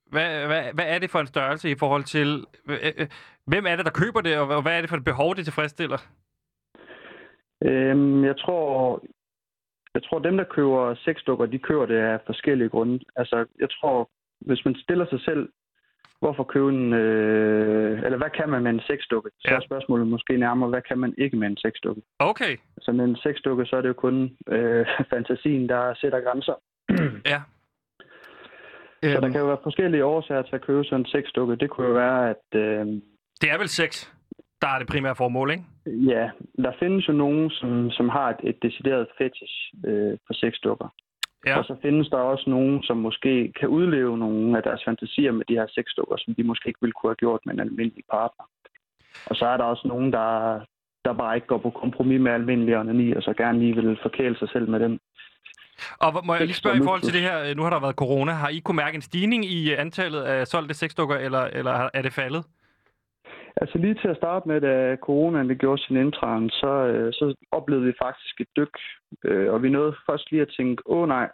Speaker 1: hvad, hvad, hvad er det for en størrelse i forhold til... Øh, øh, hvem er det, der køber det, og, og hvad er det for et behov, det tilfredsstiller?
Speaker 3: Øhm, jeg tror, jeg tror, dem, der køber sexdukker, de køber det af forskellige grunde. Altså, jeg tror, hvis man stiller sig selv, hvorfor købe en, øh, eller hvad kan man med en sexdukke? Så
Speaker 1: Ja.
Speaker 3: er spørgsmålet måske nærmere, hvad kan man ikke med en sexdukke?
Speaker 1: Okay,
Speaker 3: Altså, med en sexdukke, så er det jo kun øh, fantasien, der sætter grænser.
Speaker 1: ja.
Speaker 2: Øh,
Speaker 3: Så der kan jo være forskellige årsager til at købe sådan en sexdukke. Det kunne jo være, at... Øh,
Speaker 1: Det er vel sex, der er det primære formål, ikke?
Speaker 3: Ja, der findes jo nogen, som, som har et, et decideret fetish øh, for sexdukker.
Speaker 1: Ja.
Speaker 3: Og så findes der også nogen, som måske kan udleve nogle af deres fantasier med de her sexdukker, som de måske ikke ville kunne have gjort med en almindelig partner. Og så er der også nogen, der, der bare ikke går på kompromis med almindelig onani, og så gerne lige vil forkæle sig selv med den.
Speaker 1: Og hvor- må jeg lige
Speaker 3: Sex
Speaker 1: spørge
Speaker 3: og
Speaker 1: i forhold til det
Speaker 3: luksus.
Speaker 1: her, øh, nu har der været corona, har I kunne mærke en stigning i øh, antallet af solgte sexdukker, eller, eller har- er det faldet?
Speaker 3: Altså lige til at starte med, da coronaen det gjorde sin indtræden, så, øh, så oplevede vi faktisk et dyk. Øh, og vi nåede først lige at tænke, åh nej,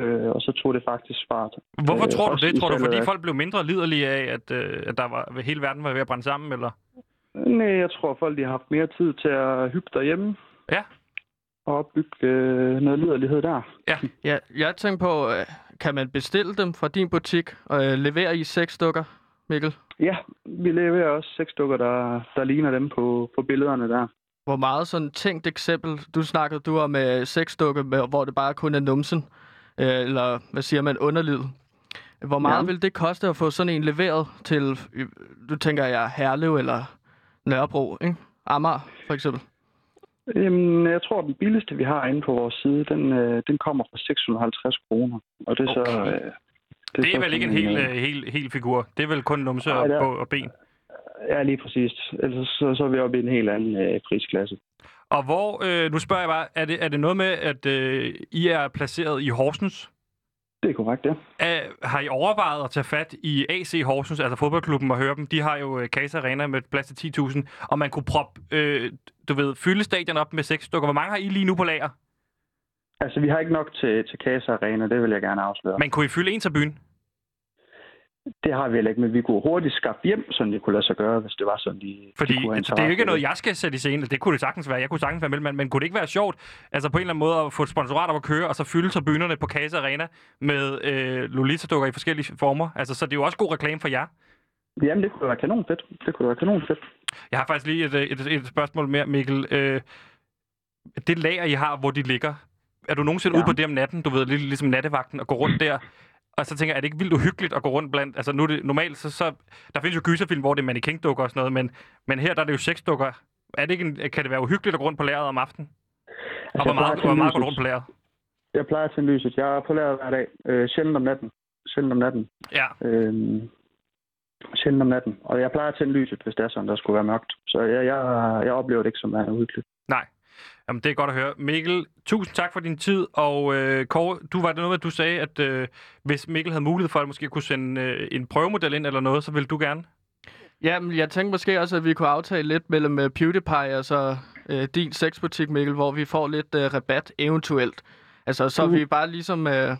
Speaker 3: øh, og så tog det faktisk fart.
Speaker 1: Hvorfor
Speaker 3: Øh,
Speaker 1: tror du
Speaker 3: også
Speaker 1: det?
Speaker 3: i
Speaker 1: Tror du,
Speaker 3: faldet
Speaker 1: fordi
Speaker 3: af-
Speaker 1: folk blev mindre liderlige af, at, øh, at der var, hele verden var ved at brænde sammen, eller?
Speaker 3: Nej, øh, jeg tror, folk de har haft mere tid til at hygge derhjemme.
Speaker 1: Ja.
Speaker 3: Og opbygge øh, noget liderlighed der.
Speaker 2: Ja, jeg tænkte på, øh, kan man bestille dem fra din butik og øh, levere i seks stykker, Mikkel?
Speaker 3: Ja, vi leverer også seks dukker, der, der ligner dem på, på billederne der.
Speaker 2: Hvor meget sådan tænkt eksempel, du snakkede du om øh, seks stykker, med- hvor det bare kun er numsen, øh, eller hvad siger man, underlivet. Hvor meget
Speaker 3: Ja.
Speaker 2: vil det koste at få sådan en leveret til, øh, du tænker jeg, Herlev eller Nørrebro, ikke? Amager, for eksempel.
Speaker 3: Jamen, jeg tror, den billigste, vi har inde på vores side, den, øh, den kommer for 650 kroner. Og det er så...
Speaker 1: Okay.
Speaker 3: Øh,
Speaker 1: Det
Speaker 3: så
Speaker 1: er vel ikke en
Speaker 3: sådan,
Speaker 1: hel,
Speaker 3: øh,
Speaker 1: øh, hel, hel figur. Det er vel kun numse
Speaker 3: Nej,
Speaker 1: og,
Speaker 3: det er-
Speaker 1: bå- og ben.
Speaker 3: Ja, lige præcis. Ellers så, så er vi oppe i en helt anden øh, prisklasse.
Speaker 1: Og hvor, øh, nu spørger jeg bare, er det, er det noget med, at øh, I er placeret i Horsens?
Speaker 3: Det er korrekt, ja.
Speaker 1: Er, Øh, har I overvejet at tage fat i AC Horsens, altså fodboldklubben, og høre dem? De har jo øh, Casa Arena med plads til 10.000, og man kunne proppe, øh, du ved, fylde stadion op med seks stykker. Hvor mange har I lige nu på lager?
Speaker 3: Altså, vi har ikke nok til, til Casa Arena, det vil jeg gerne afsløre.
Speaker 1: Men kunne I fylde en til byen?
Speaker 3: Det har vi heller ikke, men vi kunne hurtigt skaffe hjem, sådan det kunne lade sig gøre, hvis det var sådan, de,
Speaker 1: Fordi
Speaker 3: de kunne have
Speaker 1: det er jo
Speaker 3: interesse
Speaker 1: ikke
Speaker 3: i
Speaker 1: noget, jeg skal sætte i scenen. Det kunne det sagtens være. Jeg kunne sagtens være mellemmand. Men kunne det ikke være sjovt, altså på en eller anden måde at få et sponsorat op at køre, og så fylde tribunerne på Casa Arena med øh, Lolita-dukker i forskellige former? Altså, så det er jo også god reklame for jer.
Speaker 3: det. Jamen, det kunne være kanon fedt. Det kunne være kanon fedt.
Speaker 1: Jeg har faktisk lige et, øh, et, et spørgsmål mere, Mikkel. Øh, det lager, I har, hvor de ligger, er du nogensinde ja.
Speaker 3: Ja.
Speaker 1: ude på det om natten, du ved, lidt ligesom nattevagten, og gå rundt der, og så tænker jeg, er det ikke vildt uhyggeligt at gå rundt blandt, altså nu er det normalt, så, så der findes jo gyserfilm, hvor det er mannequin-dukker og sådan noget, men, men her der er det jo sexdukker. Er det ikke en, kan det være uhyggeligt at gå rundt på lageret om aftenen? Og hvor
Speaker 3: Altså,
Speaker 1: meget,
Speaker 3: jeg plejer at
Speaker 1: hvor meget går
Speaker 3: tænde
Speaker 1: du rundt på lageret?
Speaker 3: Jeg plejer at tænde lyset. Jeg er på lager hver dag. Øh, sjældent om natten. Sjældent om natten.
Speaker 1: Ja,
Speaker 3: Øh, sjældent om natten. Og jeg plejer at tænde lyset, hvis det er sådan, der skulle være mørkt. Så jeg, jeg, jeg oplever det ikke som værende uhyggeligt.
Speaker 1: nej. Jamen, det er godt at høre. Mikkel, tusind tak for din tid, og øh, Kåre, du var det noget med, at du sagde, at øh, hvis Mikkel havde mulighed for at måske kunne sende øh, en prøvemodel ind eller noget, så ville du gerne.
Speaker 2: Jamen, jeg tænkte måske også, at vi kunne aftale lidt mellem øh, PewDiePie og så øh, din sexbutik, Mikkel, hvor vi får lidt øh, rabat eventuelt. Altså, så
Speaker 3: Mhm.
Speaker 2: vi bare ligesom øh,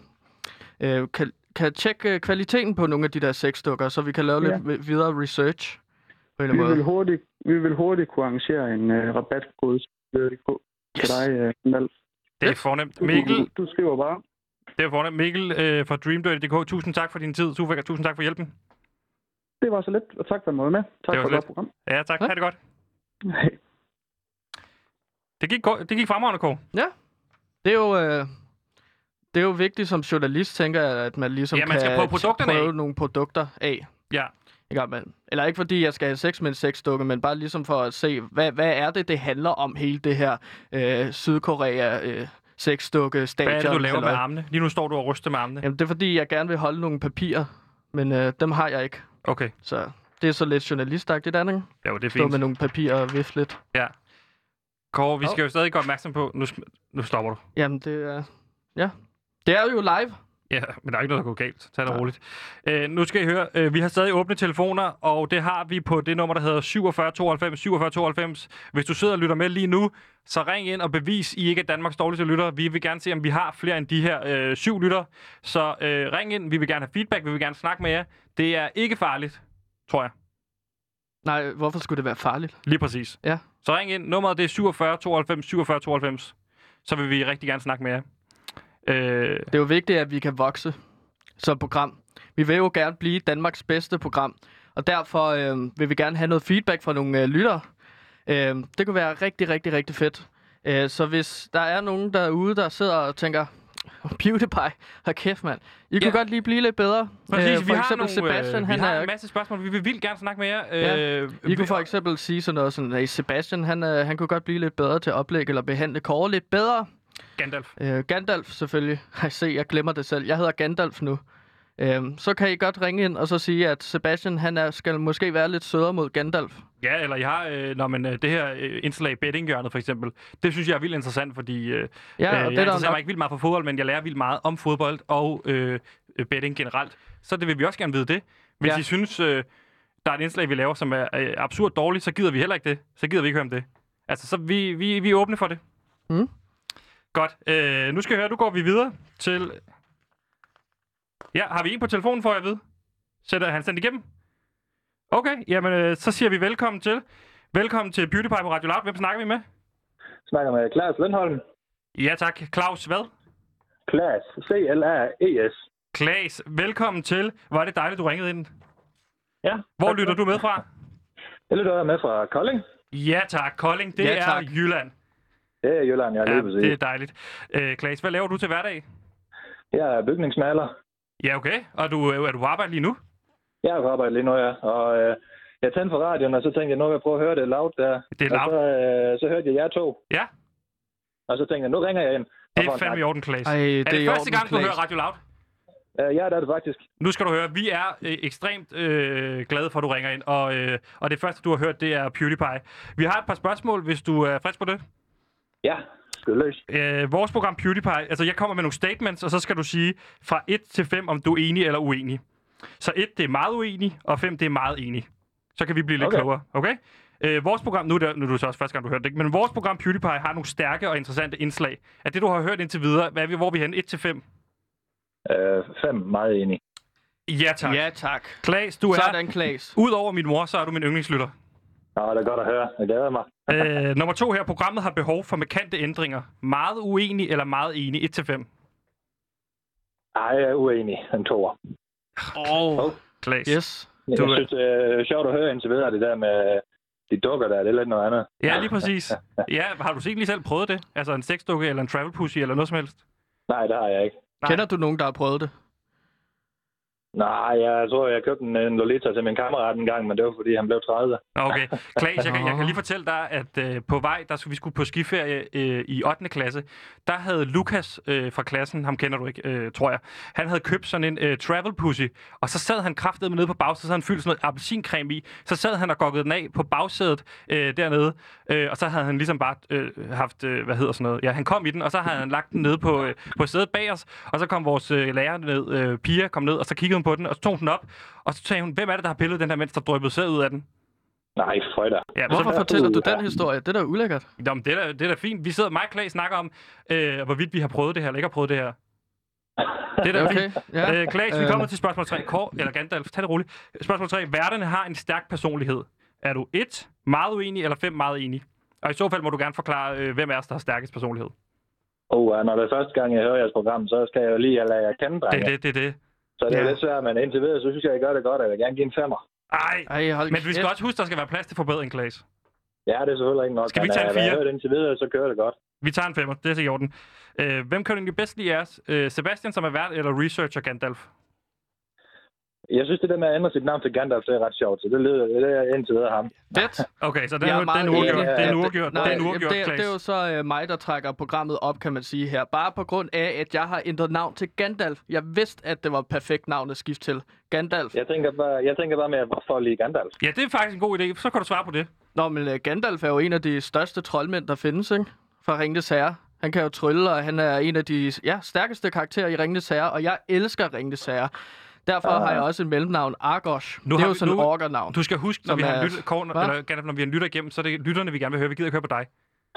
Speaker 2: øh, kan, kan tjekke øh, kvaliteten på nogle af de der sexdukker, så vi kan lave
Speaker 3: Ja.
Speaker 2: lidt vi- videre research på en
Speaker 3: Vi
Speaker 2: eller anden
Speaker 3: vil,
Speaker 2: måde.
Speaker 3: hurtigt, vi vil hurtigt kunne arrangere en øh, rabatkode til yes.
Speaker 2: Yes.
Speaker 3: dig, øh, Mal.
Speaker 1: Det er fornemt.
Speaker 3: Du,
Speaker 1: Mikkel,
Speaker 3: du, du skriver bare.
Speaker 1: det er fornemt. Mikkel øh, fra DreamDirty.dk, tusind tak for din tid. Super, tusind tak for hjælpen.
Speaker 3: Det var så let, og tak for at måde med. Tak
Speaker 1: var så
Speaker 3: for et
Speaker 1: lidt.
Speaker 3: godt program.
Speaker 1: Ja, tak.
Speaker 2: Ja.
Speaker 1: Ja. Ha' det godt.
Speaker 3: Hej.
Speaker 1: Det gik, go- det gik fremragende, Kåre.
Speaker 2: Det er jo... Øh, det er jo vigtigt som journalist, tænker jeg, at man ligesom
Speaker 1: Ja, man skal
Speaker 2: kan
Speaker 1: prøve produkterne
Speaker 2: prøve
Speaker 1: af.
Speaker 2: nogle produkter af.
Speaker 1: Ja.
Speaker 2: En gang imellem. Eller ikke fordi jeg skal have sex med en sexdukke, men bare ligesom for at se, hvad, hvad er det, det handler om hele det her øh, Sydkorea øh, sexdukke stadion.
Speaker 1: Hvad er det, du laver med
Speaker 2: halløj?
Speaker 1: armene? Lige nu står du og ryster med armene.
Speaker 2: Jamen det er fordi, jeg gerne vil holde nogle papirer, men øh, dem har jeg ikke.
Speaker 1: Okay,
Speaker 2: Så det er så lidt journalistagtigt andet. ikke?
Speaker 1: jo, det er
Speaker 2: Stå
Speaker 1: fint.
Speaker 2: med nogle papirer og vifte lidt.
Speaker 1: Ja. Kåre, vi
Speaker 2: Hov.
Speaker 1: skal jo stadig gøre opmærksom på... Nu, sm- nu stopper du.
Speaker 2: Jamen det er... Ja. Det er jo live.
Speaker 1: Ja, men der er ikke noget, der går galt. Tag det
Speaker 2: Nej.
Speaker 1: roligt. Øh, nu skal I høre, øh, vi har stadig åbne telefoner, og det har vi på det nummer, der hedder 47 92 47 92. Hvis du sidder og lytter med lige nu, så ring ind og bevis, I ikke er Danmarks dårligste lytter. Vi vil gerne se, om vi har flere end de her øh, syv lytter. Så øh, ring ind, vi vil gerne have feedback, vi vil gerne snakke med jer. Det er ikke farligt, tror jeg.
Speaker 2: Nej, hvorfor skulle det være farligt?
Speaker 1: Lige præcis.
Speaker 2: Ja.
Speaker 1: Så ring ind. Nummeret det er 47 92 47 92. Så vil vi rigtig gerne snakke med jer. Øh,
Speaker 2: Det er jo vigtigt, at vi kan vokse som program. Vi vil jo gerne blive Danmarks bedste program, og derfor øh, vil vi gerne have noget feedback fra nogle øh, lyttere. Øh, det kunne være rigtig, rigtig, rigtig fedt. Øh, så hvis der er nogen derude, der sidder og tænker, PewDiePie, har kæft mand, I kunne
Speaker 1: Ja.
Speaker 2: godt lige blive lidt bedre.
Speaker 1: Præcis,
Speaker 2: Øh, for
Speaker 1: vi har
Speaker 2: eksempel
Speaker 1: nogle,
Speaker 2: Sebastian,
Speaker 1: øh,
Speaker 2: han
Speaker 1: vi har
Speaker 2: er jo
Speaker 1: en
Speaker 2: ikke-
Speaker 1: masse spørgsmål. Vi vil vildt gerne snakke med jer.
Speaker 2: Ja.
Speaker 1: Øh,
Speaker 2: I kunne
Speaker 1: vi-
Speaker 2: for eksempel sige sådan noget sådan, hey, Sebastian, han, øh, han kunne godt blive lidt bedre til oplæg, eller behandle Kåre lidt bedre.
Speaker 1: Gandalf.
Speaker 2: Øh, Gandalf selvfølgelig. Ej, se, jeg glemmer det selv. Jeg hedder Gandalf nu. Øhm, så kan I godt ringe ind og så sige, at Sebastian han er, skal måske være lidt sødere mod Gandalf.
Speaker 1: Ja, eller I har øh, når man, øh, det her øh, indslag i bettinghjørnet for eksempel. Det synes jeg er vildt interessant, fordi øh,
Speaker 2: Ja,
Speaker 1: øh,
Speaker 2: og
Speaker 1: jeg
Speaker 2: det er der
Speaker 1: interesserer
Speaker 2: nok-
Speaker 1: mig ikke vildt meget for fodbold, men jeg lærer vildt meget om fodbold og øh, øh, betting generelt. Så det vil vi også gerne vide det. Hvis
Speaker 2: Ja.
Speaker 1: ja. I synes, øh, der er et indslag, vi laver, som er øh, absurd dårligt, så gider vi heller ikke det. Så gider vi ikke høre om det. Altså, så vi, vi, vi er åbne for det.
Speaker 2: Mm.
Speaker 1: Godt. Øh, nu skal jeg høre, nu går vi videre til... Ja, har vi en på telefonen, får jeg at vide? Sætter han sendt igennem? Okay, jamen øh, så siger vi velkommen til. Velkommen til PewDiePie på Radio Loud. Hvem snakker vi med?
Speaker 5: snakker med Klaas Lindholm.
Speaker 1: Ja tak, Claus hvad?
Speaker 5: Klaas,
Speaker 3: E
Speaker 5: C-L-A-E-S.
Speaker 1: Klaas, velkommen til. Hvor er det dejligt, du ringede ind.
Speaker 5: Ja.
Speaker 1: Hvor lytter du med fra?
Speaker 5: Jeg lytter jeg med fra Kolding.
Speaker 1: Ja tak, Kolding. Det
Speaker 2: Ja,
Speaker 1: er
Speaker 2: tak.
Speaker 1: Jylland.
Speaker 5: Det er Jylland, jeg er
Speaker 1: Ja,
Speaker 5: lige
Speaker 1: det er
Speaker 5: præcis.
Speaker 1: dejligt. Øh, Klaas, hvad laver du til hverdag?
Speaker 5: Jeg er bygningsmaler.
Speaker 1: Ja, okay. Og du, øh, er du på arbejde lige nu?
Speaker 5: Jeg er på arbejde lige nu, ja. Og øh, jeg tændte for radioen, og så tænkte jeg, nu vil jeg prøve at høre det loud der.
Speaker 1: Det er
Speaker 5: Og
Speaker 1: loud.
Speaker 5: så, øh, så hørte jeg jer to.
Speaker 1: Ja.
Speaker 5: Og så tænkte jeg, nu ringer jeg ind.
Speaker 1: Det er fandme i orden, Klaas.
Speaker 2: Ej, det
Speaker 1: er det
Speaker 2: i
Speaker 1: første
Speaker 2: orden,
Speaker 1: gang, du
Speaker 2: Claes.
Speaker 1: hører Radio Loud?
Speaker 5: Øh, ja, det er det faktisk.
Speaker 1: Nu skal du høre, vi er øh, ekstremt øh, glade for, at du ringer ind, og, øh, og det første, du har hørt, det er PewDiePie. Vi har et par spørgsmål, hvis du er frisk på det.
Speaker 5: Ja, skyld løs.
Speaker 1: Øh, vores program PewDiePie, altså jeg kommer med nogle statements, og så skal du sige fra 1 til 5, om du er enig eller uenig. Så 1, det er meget uenig, og 5, det er meget enig. Så kan vi blive lidt okay.
Speaker 5: Okay.
Speaker 1: klogere, okay? Øh, vores program, nu er, det, nu er det så også første gang, du hørte det, ikke? men vores program PewDiePie har nogle stærke og interessante indslag. Af det, du har hørt indtil videre, hvad er vi, hvor er vi hen? 1 til 5?
Speaker 5: Øh, fem, meget enig.
Speaker 1: Ja tak.
Speaker 2: Ja, tak.
Speaker 1: Klaas, du er...
Speaker 2: Sådan, Klaas.
Speaker 1: Udover min mor, så er du min yndlingslytter.
Speaker 5: Nå, det er godt at høre. Jeg glæder mig.
Speaker 1: Øh, nummer to her. Programmet har behov for markante ændringer. Meget uenig eller meget enig? 1-5.
Speaker 5: Ej, jeg er uenig. En toer.
Speaker 2: Åh, oh,
Speaker 1: Klaas.
Speaker 2: yes.
Speaker 5: Jeg
Speaker 1: Du er-
Speaker 5: synes, det er sjovt at høre indtil videre, det der med de dukker der. Det er lidt noget andet.
Speaker 1: Ja, lige præcis. Ja, har du lige selv prøvet det? Altså en sexdukke eller en travel pussy eller noget som helst?
Speaker 5: Nej, det har jeg ikke.
Speaker 1: Nej.
Speaker 2: Kender du nogen, der har prøvet det?
Speaker 5: Nej, jeg tror, jeg købte en, en Lolita til min kammerat en gang, men det var, fordi han blev 30.
Speaker 1: Nå, Okay. Klaas, jeg kan, jeg kan lige fortælle dig, at øh, på vej, der skulle vi skulle på skiferie øh, i 8. klasse, der havde Lukas øh, fra klassen, ham kender du ikke, øh, tror jeg, han havde købt sådan en øh, travel pussy, og så sad han kraftedeme nede på bagsædet, så havde han fyldt sådan noget appelsincreme i, så sad han og gokkede den af på bagsædet øh, dernede, øh, og så havde han ligesom bare øh, haft, øh, hvad hedder sådan noget, ja, han kom i den, og så havde han lagt den nede på, øh, på sædet bag os, og så kom vores øh, lærer ned, øh, Pia kom ned, og så kiggede hun på den, og så tog hun den op, og så sagde hun, hvem er det, der har pillet den her, mens der dryppede sæd ud af den?
Speaker 5: Nej, for da.
Speaker 1: Ja, men så
Speaker 2: Hvorfor fortæller du den historie? Det er da ulækkert.
Speaker 1: Nå, men det er da, det er da fint. Vi sidder, mig og Klaas snakker om, øh, hvorvidt vi har prøvet det her, eller ikke har prøvet det her. Det er da okay.
Speaker 2: Okay,
Speaker 1: fint.
Speaker 2: ja.
Speaker 1: Øh, Klaas, vi
Speaker 2: Øh.
Speaker 1: kommer til spørgsmål 3. Kår, eller Gandalf, tag det roligt. Spørgsmål 3. Værterne har en stærk personlighed. Er du 1 meget uenig, eller 5 meget enig? Og i så fald må du gerne forklare, øh, hvem af os, der har stærkest personlighed.
Speaker 5: Og oh, når det er første gang, jeg hører jeres program, så skal jeg jo lige lade jer kende,
Speaker 1: Det er
Speaker 5: drenge.
Speaker 1: det, det er det.
Speaker 5: Så det er
Speaker 2: Ja.
Speaker 5: lidt svært, men indtil videre, så synes jeg, I gør det godt, og jeg vil gerne give en femmer.
Speaker 1: Ej,
Speaker 2: Ej, hold
Speaker 1: men vi skal
Speaker 2: kæft.
Speaker 1: også huske, der skal være plads til forbedring, Klaas.
Speaker 5: Ja, det er selvfølgelig ikke nok.
Speaker 1: Skal vi
Speaker 5: men,
Speaker 1: tage en
Speaker 5: øh, hvad Jeg
Speaker 1: fire?
Speaker 5: hører det indtil videre, så kører det godt.
Speaker 1: Vi tager en femmer, det er så i orden. Øh, hvem kan du egentlig bedst lide af os? Øh, Sebastian, som er vært, eller researcher Gandalf?
Speaker 5: Jeg synes, det der med at ændre sit navn til Gandalf, det er ret sjovt. Så det lyder det er indtil videre ham.
Speaker 2: Det,
Speaker 1: Okay, så den,
Speaker 2: Jeg er
Speaker 1: den,
Speaker 2: meget
Speaker 1: den uafgjort.
Speaker 5: enig.
Speaker 1: Det er en
Speaker 5: Ja,
Speaker 1: uafgjort. Det
Speaker 2: Nej,
Speaker 1: er en
Speaker 2: jamen,
Speaker 1: uafgjort,
Speaker 2: det, er, det er jo
Speaker 1: Klaas.
Speaker 2: så øh, mig, der trækker programmet op, kan man sige her. Bare på grund af, at jeg har ændret navn til Gandalf. Jeg vidste, at det var et perfekt navn at skifte til. Gandalf.
Speaker 5: Jeg tænker bare, jeg tænker bare med, hvorfor lige Gandalf?
Speaker 1: Ja, det er faktisk en god idé. Så kan du svare på det.
Speaker 2: Nå, men øh, Gandalf er jo en af de største troldmænd, der findes, ikke? Fra Ringnes Herre. Han kan jo trylle, og han er en af de ja, stærkeste karakterer i Ringnes Herre, og jeg elsker Ringnes Herre. Derfor uh, har jeg også et mellemnavn, Argosh.
Speaker 1: Ah. Nu
Speaker 2: det
Speaker 1: har
Speaker 2: er jo
Speaker 1: vi-
Speaker 2: sådan et
Speaker 1: nu-
Speaker 2: orkernavn.
Speaker 1: Du skal huske, når
Speaker 2: Som
Speaker 1: vi har
Speaker 2: er-
Speaker 1: en lytter, Kåren,
Speaker 2: Hva?
Speaker 1: eller Gandalf, når vi har en lytter igennem, så er det lytterne, vi gerne vil høre. Vi gider ikke høre på dig.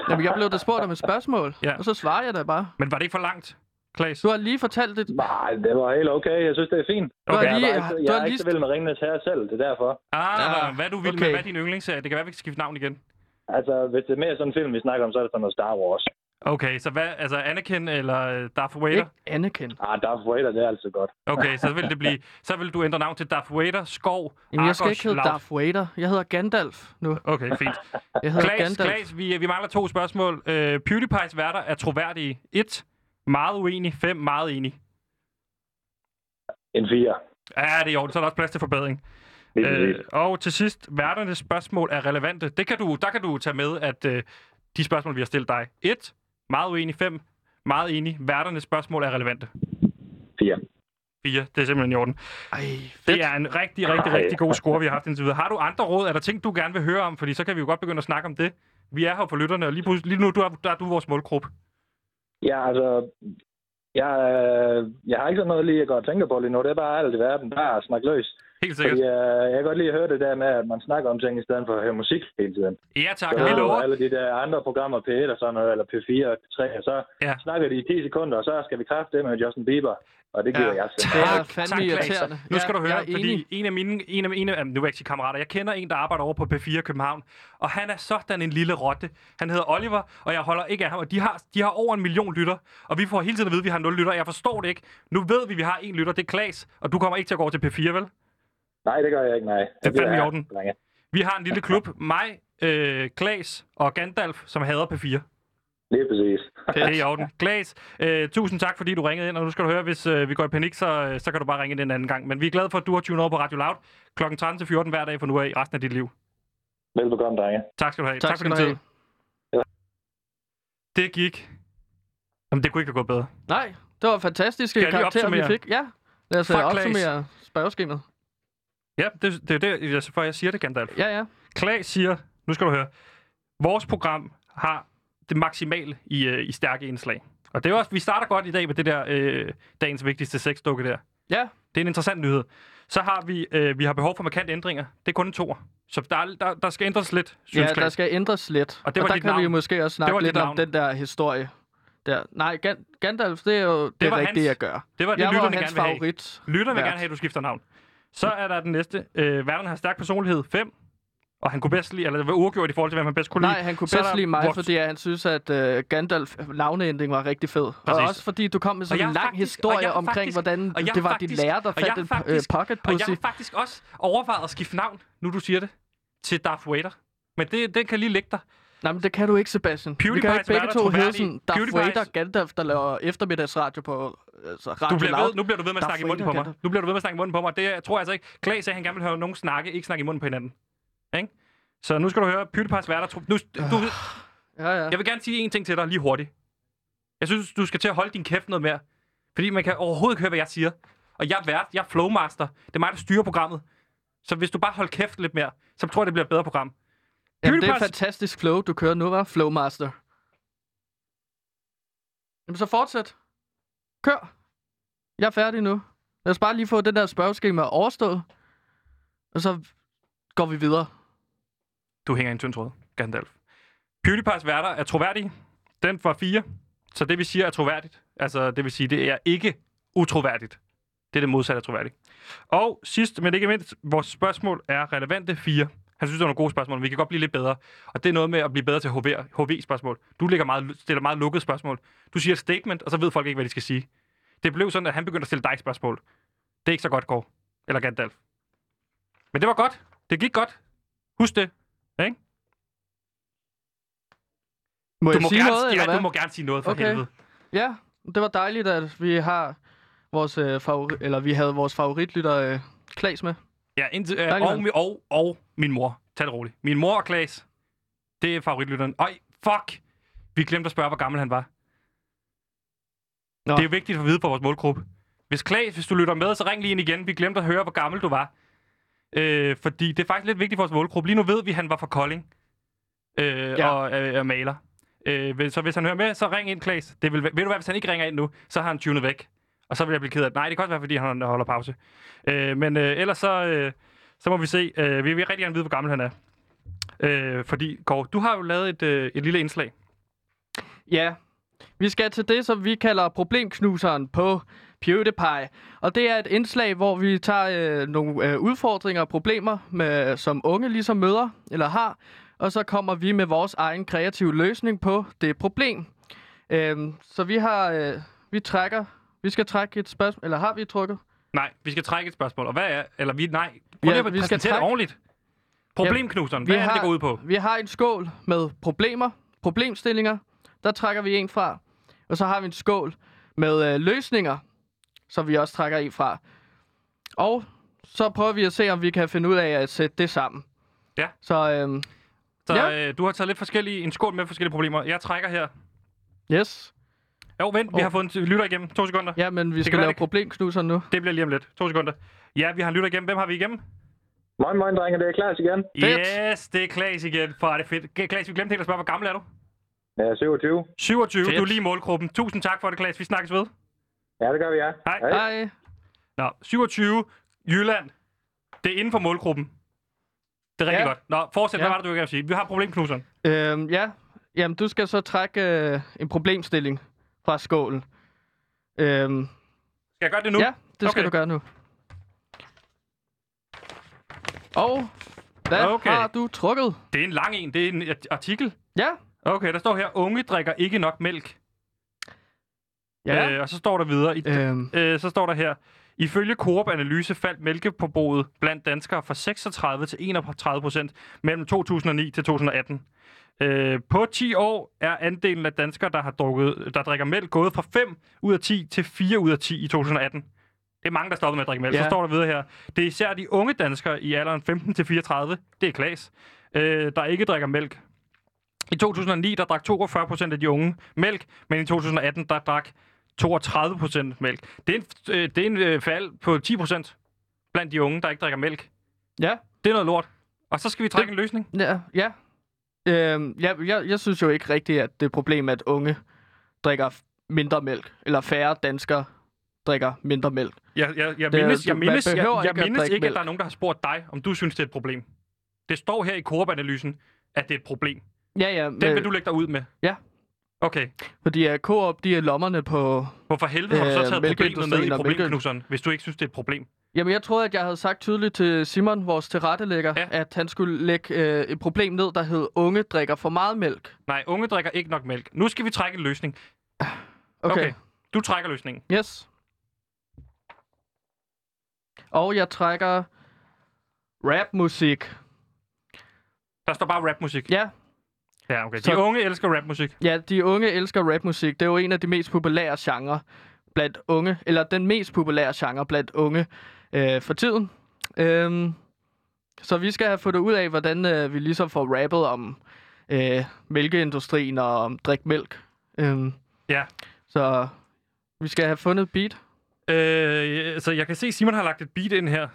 Speaker 2: Jamen, jeg blev da spurgt om et spørgsmål,
Speaker 1: Ja.
Speaker 2: og så svarer jeg da bare.
Speaker 1: Men var det ikke for langt, Klaas?
Speaker 2: Du har lige fortalt det.
Speaker 5: Nej, det var helt okay. Jeg synes, det er fint.
Speaker 2: Du har
Speaker 1: Okay.
Speaker 5: Jeg er,
Speaker 2: lige,
Speaker 5: bare ikke, så-
Speaker 2: du
Speaker 5: jeg
Speaker 2: har
Speaker 5: er
Speaker 2: lige
Speaker 5: ikke så vild med Ringenes Herre selv, det er derfor.
Speaker 1: Ah,
Speaker 2: Ah,
Speaker 1: hvad du vil
Speaker 2: okay.
Speaker 1: med, hvad er din yndlingsserie? Det kan være, vi kan skifte navn igen.
Speaker 5: Altså, hvis det er mere sådan en film, vi snakker om, så er det sådan noget Star Wars.
Speaker 1: Okay, så hvad, altså Anakin eller øh, Darth Vader?
Speaker 2: ikke anerkendt.
Speaker 5: Ah, Darth Vader, det er altså godt.
Speaker 1: Okay, så vil det blive, så vil du ændre navn til Darth Vader, Skov,
Speaker 2: Jamen, jeg skal
Speaker 1: Argos,
Speaker 2: ikke hedde
Speaker 1: Laut.
Speaker 2: Darth Vader. Jeg hedder Gandalf nu.
Speaker 1: Okay, fint.
Speaker 2: Jeg hedder
Speaker 1: Klaas,
Speaker 2: Gandalf.
Speaker 1: Klaas vi, vi mangler to spørgsmål. Øh, PewDiePie's værter er troværdige. 1. Meget uenig. 5. Meget enig.
Speaker 5: En fire.
Speaker 1: Ja, det er i orden. Så er der også plads til forbedring.
Speaker 5: Lige
Speaker 1: Øh,
Speaker 5: præcis.
Speaker 1: og til sidst, værternes spørgsmål er relevante. Det kan du, der kan du tage med, at øh, de spørgsmål, vi har stillet dig. 1. Meget uenig. 5. Meget enig. Værternes spørgsmål er relevante.
Speaker 5: Fire.
Speaker 1: 4. Det er simpelthen i orden.
Speaker 2: Ej, fedt.
Speaker 1: Det er en rigtig, rigtig,
Speaker 5: Ej.
Speaker 1: rigtig god score, vi har haft indtil videre. Har du andre råd? Er der ting, du gerne vil høre om? Fordi så kan vi jo godt begynde at snakke om det. Vi er her for lytterne, og lige, pludselig- lige nu du er, der er du vores målgruppe.
Speaker 5: Ja, altså... Jeg, øh, jeg har ikke sådan noget lige, jeg godt tænker på lige nu. Det er bare alt i verden. Bare snak løs.
Speaker 1: Helt sikkert.
Speaker 5: Fordi, øh, jeg kan godt lige høre det der med, at man snakker om ting i stedet for at høre musik hele tiden.
Speaker 1: Ja tak,
Speaker 5: Så
Speaker 1: vi lover.
Speaker 5: alle de der andre programmer, P1 og sådan noget, eller P4 og P3, og så
Speaker 1: Ja.
Speaker 5: ja. snakker de i 10 sekunder, og så skal vi kræfte det med Justin Bieber. Og det giver
Speaker 2: Ja.
Speaker 5: ja. jeg altså selv.
Speaker 2: Det er
Speaker 1: Tak,
Speaker 2: fandme
Speaker 1: tak, Claes.
Speaker 2: irriterende.
Speaker 1: Nu
Speaker 2: Ja,
Speaker 1: skal du høre,
Speaker 2: jeg er
Speaker 1: fordi
Speaker 2: enig.
Speaker 1: en af mine, en af, en af, jamen, nu er jeg ikke sige kammerater, jeg kender en, der arbejder over på P4 København, og han er sådan en lille rotte. Han hedder Oliver, og jeg holder ikke af ham, og de har, de har over en million lytter, og vi får hele tiden at vide, at vi har nul lytter, og jeg forstår det ikke. Nu ved vi, at vi har en lytter, det er Klaas, og du kommer ikke til at gå over til P4, vel?
Speaker 5: Nej, det gør jeg ikke, nej.
Speaker 1: Det er
Speaker 5: bliver
Speaker 1: fandme i
Speaker 5: jeg,
Speaker 1: orden.
Speaker 5: drenge.
Speaker 1: Vi har en lille klub, mig, øh, Klaas og Gandalf, som hader P4.
Speaker 5: Lige præcis.
Speaker 1: Det er i orden. Klaas, øh, tusind tak, fordi du ringede ind, og nu skal du høre, hvis øh, vi går i panik, så, øh, så kan du bare ringe ind en anden gang. Men vi er glade for, at du har tunet over på Radio Loud kl. 13-14 hver dag for nu af i resten af dit liv.
Speaker 5: Velbekomme, drenge.
Speaker 1: Tak skal du have.
Speaker 2: Tak
Speaker 1: Tak, tak for
Speaker 2: skal
Speaker 1: din
Speaker 2: du
Speaker 1: tid.
Speaker 2: have.
Speaker 1: Det gik. Jamen, det kunne ikke have gået bedre.
Speaker 2: Nej, det var fantastiske
Speaker 1: Skal jeg lige
Speaker 2: karakterer, vi
Speaker 1: opsummere?
Speaker 2: fik. Ja, lad os øh,
Speaker 1: Fuck, Claes.
Speaker 2: opsummere spørgeskemaet.
Speaker 1: Ja, det, det er det, jeg, for jeg siger det, Gandalf.
Speaker 2: Ja, ja.
Speaker 1: Klaas siger, nu skal du høre, vores program har det maksimale i, øh, i stærke indslag. Og det er også, vi starter godt i dag med det der øh, dagens vigtigste sexdukke der.
Speaker 2: Ja,
Speaker 1: Det er en interessant nyhed. Så har vi, øh, vi har behov for markante ændringer. Det er kun en toer. Så der, er- der, der skal ændres lidt, synes
Speaker 2: ja der
Speaker 1: Klaas.
Speaker 2: skal ændres lidt.
Speaker 1: Og det var
Speaker 2: og der
Speaker 1: dit
Speaker 2: kan vi
Speaker 1: navn.
Speaker 2: jo måske også snakke
Speaker 1: var dit
Speaker 2: lidt om
Speaker 1: navn.
Speaker 2: den der historie. Der. Nej, Gan- Gandalf, det er jo det, det
Speaker 1: var
Speaker 2: rigtige
Speaker 1: hans.
Speaker 2: at gøre.
Speaker 1: Det var det,
Speaker 2: jeg var
Speaker 1: lytterne
Speaker 2: hans
Speaker 1: gerne vil have.
Speaker 2: favorit.
Speaker 1: Lytterne vil
Speaker 2: Vært.
Speaker 1: gerne have, at du skifter navn. Så er der den næste. Øh, Verden har stærk personlighed 5. Og han kunne bedst lide, eller det var uafgjort i forhold til, hvem han bedst kunne lide.
Speaker 2: Nej, han kunne
Speaker 1: Så er
Speaker 2: bedst
Speaker 1: der
Speaker 2: lide mig,
Speaker 1: Vogt.
Speaker 2: fordi han synes, at uh, Gandalf navneændring var rigtig fed. Præcis. Og
Speaker 1: Præcis.
Speaker 2: også fordi du kom med
Speaker 1: Og
Speaker 2: sådan
Speaker 1: jeg
Speaker 2: en
Speaker 1: er
Speaker 2: lang
Speaker 1: faktisk- og jeg
Speaker 2: historie
Speaker 1: er
Speaker 2: omkring,
Speaker 1: faktisk-
Speaker 2: hvordan
Speaker 1: og jeg
Speaker 2: det
Speaker 1: er
Speaker 2: var din
Speaker 1: faktisk-
Speaker 2: lærer, der
Speaker 1: og jeg
Speaker 2: fandt
Speaker 1: er
Speaker 2: en
Speaker 1: faktisk-
Speaker 2: øh, pocket
Speaker 1: Og jeg
Speaker 2: pussy.
Speaker 1: har faktisk også overvejet at skifte navn, nu du siger det, til Darth Vader. Men det, den kan lige ligge der.
Speaker 2: Nej, men det kan du ikke, Sebastian. Vi
Speaker 1: PewDiePie's
Speaker 2: kan jo ikke begge
Speaker 1: værter
Speaker 2: to hedde
Speaker 1: troværdige.
Speaker 2: sådan Darth
Speaker 1: PewDiePie's-
Speaker 2: Vader Gandalf, der laver eftermiddagsradio på altså, Radio
Speaker 1: Du bliver
Speaker 2: Loud.
Speaker 1: ved, nu bliver du ved med at
Speaker 2: Darth
Speaker 1: snakke i munden
Speaker 2: Vader
Speaker 1: på mig.
Speaker 2: kan
Speaker 1: Nu bliver du ved med at snakke i munden på mig. Det jeg tror jeg altså ikke. Klaas sagde, at han gerne vil høre nogen snakke, ikke snakke i munden på hinanden. Ikke? Så nu skal du høre PewDiePie's værter. tro- Nu, du,
Speaker 2: Ja, ja.
Speaker 1: jeg vil gerne sige en ting til dig lige hurtigt. Jeg synes, du skal til at holde din kæft noget mere. Fordi man kan overhovedet ikke høre, hvad jeg siger. Og jeg er vært, jeg er flowmaster. Det er mig, der styrer programmet. Så hvis du bare holder kæft lidt mere, så tror jeg, det bliver et bedre program.
Speaker 2: Jamen, det er et
Speaker 1: PewDiePie's-
Speaker 2: fantastisk flow, du kører nu, var Flowmaster. Jamen, så fortsæt. Kør. Jeg er færdig nu. Lad os bare lige få det der spørgeskema overstået. Og så går vi videre.
Speaker 1: Du hænger i en tynd tråd, Gandalf. PewDiePie's værter er troværdige. Den var 4. Så det, vi siger, er troværdigt. Altså, det vil sige, det er ikke utroværdigt. Det er det modsatte af troværdigt. Og sidst, men ikke mindst, vores spørgsmål er relevante 4. Han synes, det er nogle gode spørgsmål, men vi kan godt blive lidt bedre. Og det er noget med at blive bedre til HV- HV-spørgsmål. Du ligger meget, stiller meget lukkede spørgsmål. Du siger et statement, og så ved folk ikke, hvad de skal sige. Det blev sådan, at han begyndte at stille dig spørgsmål. Det er ikke så godt, Kåre. Eller Gandalf. Men det var godt. Det gik godt. Husk det. Ikke?
Speaker 2: Må
Speaker 1: Du
Speaker 2: jeg
Speaker 1: må,
Speaker 2: sige
Speaker 1: gerne,
Speaker 2: noget,
Speaker 1: ja,
Speaker 2: eller hvad?
Speaker 1: du må gerne sige noget for
Speaker 2: Okay.
Speaker 1: okay. helvede.
Speaker 2: Ja, det var dejligt, at vi har vores øh, favori- eller vi havde vores favoritlytter øh, Klaas med.
Speaker 1: Ja, indtil, øh,
Speaker 2: Tak,
Speaker 1: og,
Speaker 2: Johan.
Speaker 1: mi- og, og min mor. Tag det roligt. Min mor og Klaas, det er favoritlytteren. Ej, fuck! Vi glemte at spørge, hvor gammel han var.
Speaker 2: Nå.
Speaker 1: Det er vigtigt at vide for vores målgruppe. Hvis Klaas, hvis du lytter med, så ring lige ind igen. Vi glemte at høre, hvor gammel du var. Øh, fordi det er faktisk lidt vigtigt for vores målgruppe. Lige nu ved vi, at han var fra Kolding. Øh,
Speaker 2: Ja.
Speaker 1: ja. og, øh, og maler. Øh, vil- så hvis han hører med, så ring ind, Klaas. Det vil, væ- ved du hvad, hvis han ikke ringer ind nu, så har han tunet væk. Og så vil jeg blive ked af det. Nej, det kan også være, fordi han holder pause. Øh, men øh, ellers så, øh, så må vi se. Øh, vi vil rigtig gerne vide, hvor gammel han er. Øh, fordi, Kåre, du har jo lavet et, øh, et lille indslag.
Speaker 2: Ja, vi skal til det, som vi kalder problemknuseren på PewDiePie. Og det er et indslag, hvor vi tager øh, nogle øh, udfordringer og problemer, med, som unge ligesom møder eller har. Og så kommer vi med vores egen kreative løsning på det problem. Øhm, så vi har, øh, vi trækker, vi skal trække et spørgsmål, eller har vi trukket?
Speaker 1: Nej, vi skal trække et spørgsmål. Og hvad er... Eller vi... Nej.
Speaker 2: Ja,
Speaker 1: Prøv lige at
Speaker 2: vi skal
Speaker 1: præsentere skal
Speaker 2: trække-
Speaker 1: det ordentligt. Problemknuseren.
Speaker 2: Vi
Speaker 1: Hvad er det,
Speaker 2: har-
Speaker 1: det går ud på?
Speaker 2: Vi har en skål med problemer, problemstillinger. Der trækker vi en fra. Og så har vi en skål med øh, løsninger, som vi også trækker en fra. Og så prøver vi at se, om vi kan finde ud af at sætte det sammen.
Speaker 1: Ja.
Speaker 2: Så øhm,
Speaker 1: Så
Speaker 2: Ja.
Speaker 1: ja. øh, du har taget lidt forskellige... En skål med forskellige problemer. Jeg trækker her.
Speaker 2: yes.
Speaker 1: Jo, vent. Vi
Speaker 2: Åh.
Speaker 1: har fået en t- lytter igennem. To sekunder. Ja.
Speaker 2: Ja, men vi
Speaker 1: kan
Speaker 2: skal
Speaker 1: være,
Speaker 2: lave
Speaker 1: det kan-
Speaker 2: problemknuser nu.
Speaker 1: Det bliver lige om lidt. To sekunder. Ja, vi har en lytter igennem. Hvem har vi igennem?
Speaker 5: Moin, moin, drenge. Det er Klaas igen.
Speaker 2: Fedt.
Speaker 1: Yes, det er Klaas igen. For er det fedt. K- Klaas, vi glemte helt at spørge, hvor gammel er du?
Speaker 5: Ja, 27.
Speaker 1: 27.
Speaker 2: Fedt.
Speaker 1: Du er lige i målgruppen. Tusind tak for det, Klaas. Vi snakkes ved.
Speaker 5: Ja, det gør vi, ja.
Speaker 1: Hej.
Speaker 2: Hej.
Speaker 1: Nå, 27. Jylland. Det er inden for målgruppen. Det er rigtig
Speaker 2: Ja.
Speaker 1: ja. godt. Nå, fortsæt.
Speaker 2: Ja.
Speaker 1: Hvad var det, du ville gerne sige? Vi har problemknuseren.
Speaker 2: Øhm, ja, jamen du skal så trække øh, en problemstilling fra skålen. Øhm,
Speaker 1: Skal jeg gøre det nu?
Speaker 2: Ja, det skal
Speaker 1: Okay.
Speaker 2: du gøre nu. Og hvad okay.
Speaker 1: Okay.
Speaker 2: har du trukket?
Speaker 1: Det er en lang en. Det er en art- artikel.
Speaker 2: Ja.
Speaker 1: Okay, der står her, unge drikker ikke nok mælk.
Speaker 2: Ja.
Speaker 1: Øh, og så står der videre, i,
Speaker 2: Øhm,
Speaker 1: øh, så står der her, ifølge Coop-analyse faldt mælkeforbruget blandt danskere fra 36 til 31 procent mellem 2009 til 2018. Øh, på 10 år er andelen af danskere, der, har drukket, der drikker mælk, gået fra 5 ud af 10 til 4 ud af 10 i 2018. Det er mange, der stoppede med at drikke mælk.
Speaker 2: Ja.
Speaker 1: Så står der videre her. Det er især de unge danskere i alderen 15 til 34, det er Klaas, øh, der ikke drikker mælk. I 2009, der drak 42 procent af de unge mælk, men i 2018, der drak 32 procent mælk. Det er en, øh, det er en øh, fald på 10 procent blandt de unge, der ikke drikker mælk.
Speaker 2: ja,
Speaker 1: Det er noget lort. Og så skal vi trække en løsning.
Speaker 2: ja, ja. Øhm, ja jeg, jeg synes jo ikke rigtigt, at det er et problem, at unge drikker f- mindre mælk, eller færre danskere drikker mindre mælk.
Speaker 1: Jeg, jeg, jeg
Speaker 2: Det er-
Speaker 1: mindes, jeg
Speaker 2: man
Speaker 1: mindes, jeg,
Speaker 2: behøver
Speaker 1: jeg
Speaker 2: ikke at
Speaker 1: mindes
Speaker 2: drikke
Speaker 1: ikke, at
Speaker 2: mælk.
Speaker 1: der er nogen, der har spurgt dig, om du synes, det er et problem. Det står her i Coop-analysen, at det er et problem.
Speaker 2: Ja, ja,
Speaker 1: Den
Speaker 2: men,
Speaker 1: vil du lægge dig ud med?
Speaker 2: Ja.
Speaker 1: Okay.
Speaker 2: fordi at Coop, de er lommerne på...
Speaker 1: Hvorfor helvede har du
Speaker 2: Øh,
Speaker 1: så taget problemet med i
Speaker 2: mælkeindustrien og mælkeøl.
Speaker 1: problemknuseren, hvis du ikke synes, det er et problem?
Speaker 2: Jamen, jeg troede, at jeg havde sagt tydeligt til Simon, vores tilrettelægger, ja.
Speaker 1: Ja.
Speaker 2: at han skulle lægge øh, et problem ned, der hed, unge drikker for meget mælk.
Speaker 1: Nej, unge drikker ikke nok mælk. Nu skal vi trække en løsning.
Speaker 2: Okay. okay.
Speaker 1: Du trækker løsningen.
Speaker 2: Yes. Og jeg trækker rapmusik.
Speaker 1: Der står bare rapmusik.
Speaker 2: Ja,
Speaker 1: ja okay. De
Speaker 2: Så-
Speaker 1: unge elsker rapmusik.
Speaker 2: ja, de unge elsker rapmusik. Det er jo en af de mest populære genrer blandt unge, eller den mest populære genre blandt unge øh, for tiden. Øhm, så vi skal have fundet ud af, hvordan øh, vi ligesom får rappet om øh, mælkeindustrien og om drik mælk. Øhm,
Speaker 1: Ja.
Speaker 2: Så vi skal have fundet et beat.
Speaker 1: Øh, så jeg kan se, Simon har lagt et beat ind her.